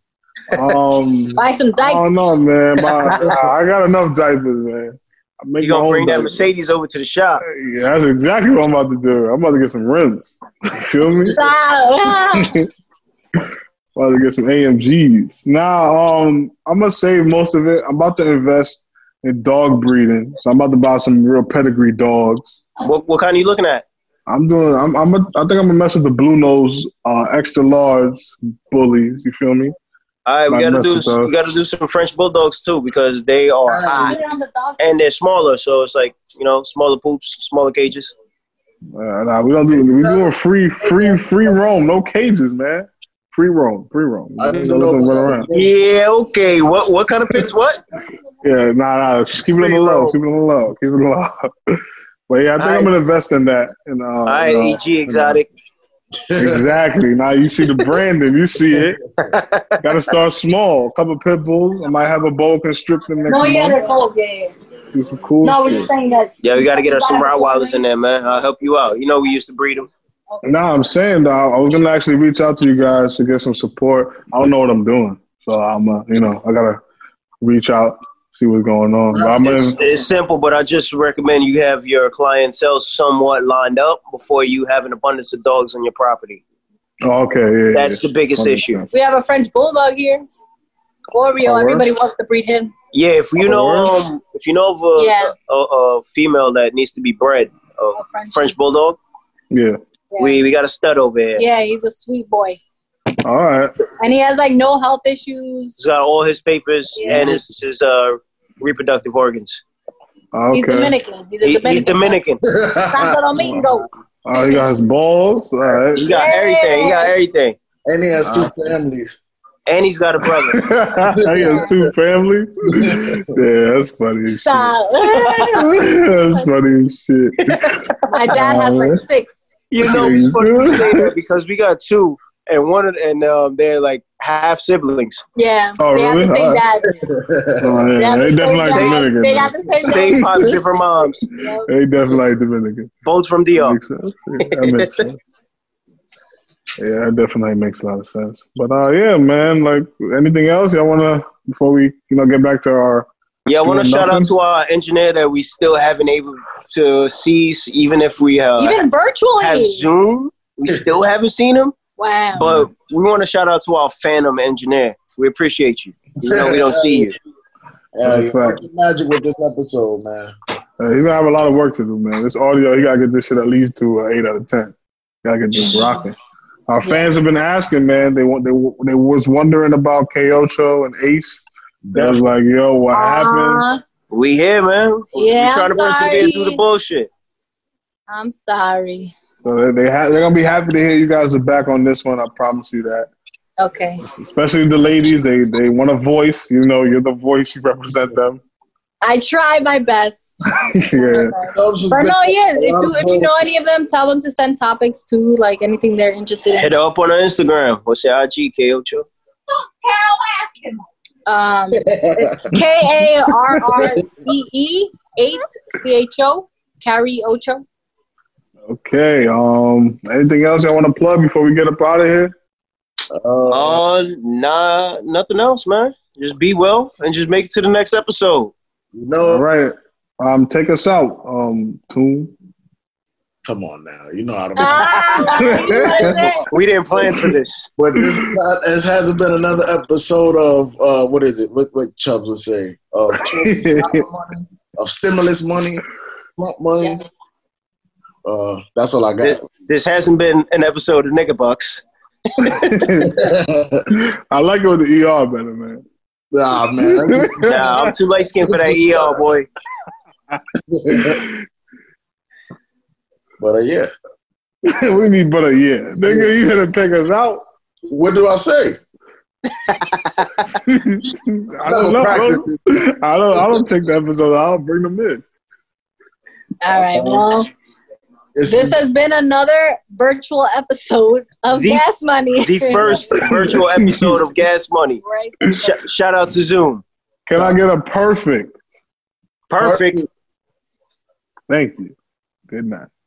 [SPEAKER 1] um,
[SPEAKER 4] Buy some
[SPEAKER 1] I don't
[SPEAKER 4] diapers.
[SPEAKER 1] know, man. My, I got enough diapers, man. I make
[SPEAKER 3] You
[SPEAKER 1] my
[SPEAKER 3] gonna
[SPEAKER 1] own
[SPEAKER 3] bring that
[SPEAKER 1] diapers.
[SPEAKER 3] Mercedes over to the shop?
[SPEAKER 1] Yeah, that's exactly what I'm about to do. I'm about to get some rims. You feel me?
[SPEAKER 4] Ah, ah.
[SPEAKER 1] About to get some AMGs. Nah, um, I'm gonna save most of it. I'm about to invest in dog breeding, so I'm about to buy some real pedigree dogs.
[SPEAKER 3] What, what kind are you looking at?
[SPEAKER 1] I'm doing. I'm. I'm. A, I think I'm gonna mess with the blue nose, uh, extra large bullies. You feel me?
[SPEAKER 3] All right, we
[SPEAKER 1] Not
[SPEAKER 3] gotta do.
[SPEAKER 1] messing, dog.
[SPEAKER 3] We gotta do some French bulldogs too because they are
[SPEAKER 2] Ah.
[SPEAKER 3] high
[SPEAKER 4] Put it on the dog.
[SPEAKER 3] and they're smaller. So it's like you know, smaller poops, smaller cages.
[SPEAKER 1] Uh, nah, we don't do. We doing free, free, free roam, no cages, man. Free roam, free roam.
[SPEAKER 2] I didn't know
[SPEAKER 1] them
[SPEAKER 2] about
[SPEAKER 1] run
[SPEAKER 2] that.
[SPEAKER 1] around.
[SPEAKER 3] Yeah, okay. What what kind of picks? What?
[SPEAKER 1] Yeah, nah, nah. Just keep it on the
[SPEAKER 3] Free
[SPEAKER 1] low.
[SPEAKER 3] roam.
[SPEAKER 1] Keep it on the low. Keep it on the low. but yeah, I think I'm gonna invest in that. And uh,
[SPEAKER 3] All right,
[SPEAKER 1] in, uh,
[SPEAKER 3] EG E Exotic.
[SPEAKER 1] Exactly. Now you see the branding. You see it. Got to start small. A couple pit bulls. I might have a boa constrictor next
[SPEAKER 5] No, yeah,
[SPEAKER 1] month.
[SPEAKER 5] they're cold. Yeah, yeah.
[SPEAKER 1] Do some cool
[SPEAKER 5] No, we're
[SPEAKER 1] shit.
[SPEAKER 5] just saying that.
[SPEAKER 3] Yeah, we got to get us some Rottweilers in there, man. I'll help you out. You know we used to breed them.
[SPEAKER 1] No, I'm saying though, I was gonna actually reach out to you guys to get some support. I don't know what I'm doing, so I'm, uh, you know, I gotta reach out, see what's going on. But I'm gonna,
[SPEAKER 3] It's simple, but I just recommend you have your clientele somewhat lined up before you have an abundance of dogs on your property.
[SPEAKER 1] oh, okay, yeah, yeah,
[SPEAKER 3] That's
[SPEAKER 1] yeah.
[SPEAKER 3] the biggest
[SPEAKER 1] Understand.
[SPEAKER 3] issue.
[SPEAKER 4] We have a French bulldog here. Oreo.
[SPEAKER 1] Oh, word?
[SPEAKER 4] everybody wants to breed him.
[SPEAKER 3] Yeah, if you know
[SPEAKER 1] Or-
[SPEAKER 3] um, if you know of a,
[SPEAKER 4] Yeah.
[SPEAKER 3] a, a female that needs to be bred, a
[SPEAKER 4] A French.
[SPEAKER 3] French bulldog,
[SPEAKER 1] Yeah.
[SPEAKER 4] Yeah.
[SPEAKER 3] we we got a stud over here.
[SPEAKER 4] yeah, he's a sweet boy,
[SPEAKER 1] All right.
[SPEAKER 4] and he has like no health issues.
[SPEAKER 3] He's got all his papers
[SPEAKER 4] Yeah.
[SPEAKER 3] and his his uh, reproductive organs.
[SPEAKER 4] He's
[SPEAKER 1] Okay.
[SPEAKER 4] Dominican. He's a
[SPEAKER 3] He,
[SPEAKER 4] Dominican.
[SPEAKER 3] he's Dominican.
[SPEAKER 4] Santo Domingo.
[SPEAKER 1] Oh, you got his balls. All right.
[SPEAKER 3] He got
[SPEAKER 4] Yeah.
[SPEAKER 3] everything. He got everything,
[SPEAKER 2] and he has two
[SPEAKER 1] Nah.
[SPEAKER 2] families.
[SPEAKER 3] and he's got a brother.
[SPEAKER 1] he has two families. yeah, that's funny. as shit.
[SPEAKER 4] Stop.
[SPEAKER 1] that's funny as shit.
[SPEAKER 4] My dad has like six.
[SPEAKER 3] You know, it's funny you say that because we got two, and one of and um, they're like half siblings.
[SPEAKER 4] Yeah,
[SPEAKER 1] Oh,
[SPEAKER 4] they have
[SPEAKER 1] really?
[SPEAKER 4] the same
[SPEAKER 1] Alright.
[SPEAKER 4] dad.
[SPEAKER 1] Oh,
[SPEAKER 4] They
[SPEAKER 1] yeah,
[SPEAKER 4] have
[SPEAKER 1] they
[SPEAKER 4] the
[SPEAKER 1] definitely like
[SPEAKER 4] same dad.
[SPEAKER 1] Dominican.
[SPEAKER 4] They
[SPEAKER 1] man.
[SPEAKER 4] got the same
[SPEAKER 3] Same
[SPEAKER 4] dad.
[SPEAKER 3] pops, different moms,
[SPEAKER 1] They definitely like Dominican.
[SPEAKER 3] both from DR.
[SPEAKER 1] Makes sense. Yeah, that makes sense. Yeah, that definitely makes a lot of sense. But uh, yeah, man. Like anything else, y'all wanna before we you know get back to our
[SPEAKER 3] Yeah, I want to
[SPEAKER 1] Doing
[SPEAKER 3] shout out
[SPEAKER 1] nothing.
[SPEAKER 3] to our engineer that we still haven't able to see, s- even if we uh,
[SPEAKER 4] Even
[SPEAKER 3] have
[SPEAKER 4] virtually.
[SPEAKER 3] Zoom. We still haven't seen him,
[SPEAKER 4] Wow.
[SPEAKER 3] but we want to shout out to our phantom engineer. We appreciate you. We know we don't see you.
[SPEAKER 2] Yeah,
[SPEAKER 1] That's
[SPEAKER 2] you
[SPEAKER 1] fact.
[SPEAKER 2] did magic with this episode, man.
[SPEAKER 1] uh, he's gonna have a lot of work to do, man. This audio, he gotta get this shit at least to uh, eight out of ten. Gotta get this rocking. Our fans have been asking, man. They want they wa- they was wondering about Kyocho and Ace. They was like, yo, what happened?
[SPEAKER 4] Uh,
[SPEAKER 3] We here, man.
[SPEAKER 4] Yeah,
[SPEAKER 3] we trying to
[SPEAKER 4] I'm
[SPEAKER 3] persevere
[SPEAKER 4] sorry.
[SPEAKER 3] through the bullshit.
[SPEAKER 4] I'm sorry.
[SPEAKER 1] So they they ha- they're gonna be happy to hear you guys are back on this one. I promise you that.
[SPEAKER 4] Okay.
[SPEAKER 1] especially the ladies. They they want a voice. You know, you're the voice. You represent them.
[SPEAKER 4] I try my best.
[SPEAKER 1] yeah,
[SPEAKER 2] Subs has
[SPEAKER 4] But
[SPEAKER 2] been-
[SPEAKER 4] no, yeah. If you, if you know any of them, tell them to send topics too, like anything they're interested in.
[SPEAKER 3] Hit her up on our Instagram. What's your IG, Kocho?
[SPEAKER 5] Carol Baskin.
[SPEAKER 4] Um, K A R R E E eight C H O carry ocho.
[SPEAKER 1] Okay. Um. Anything else I want to plug before we get up out of here? Oh.
[SPEAKER 2] Uh,
[SPEAKER 3] Uh, nah, nothing else, man. Just be well and just make it to the next episode.
[SPEAKER 2] you
[SPEAKER 1] All
[SPEAKER 2] know,
[SPEAKER 1] right. Um. Take us out. Um. Tune.
[SPEAKER 2] come on now. You know how to.
[SPEAKER 5] é
[SPEAKER 4] Ah,
[SPEAKER 3] We didn't plan for this.
[SPEAKER 2] But this, is not, this hasn't been another episode of uh, what is it? What, what Chubbs would say of money, of stimulus money, Trump money. Uh, that's all I got.
[SPEAKER 3] This hasn't been an episode of Nigga Bucks.
[SPEAKER 1] I like it with the ER better, man.
[SPEAKER 2] nah, man.
[SPEAKER 3] Nah, I'm too light skinned for that ER, boy.
[SPEAKER 2] but uh, yeah,
[SPEAKER 1] we need but a year, nigga. You gonna take us out?
[SPEAKER 2] what do I say?
[SPEAKER 1] I don't know. bro.
[SPEAKER 2] Practice.
[SPEAKER 1] I don't. I don't take the episode. out. I'll bring them in.
[SPEAKER 4] All right. Well,
[SPEAKER 2] It's-
[SPEAKER 4] this has been another virtual episode of
[SPEAKER 3] The-
[SPEAKER 4] Gas Money.
[SPEAKER 3] The first virtual episode of Gas Money.
[SPEAKER 4] Right.
[SPEAKER 3] Sh- shout out to Zoom.
[SPEAKER 1] Can I get a perfect?
[SPEAKER 3] Perfect.
[SPEAKER 1] Thank you. Good night.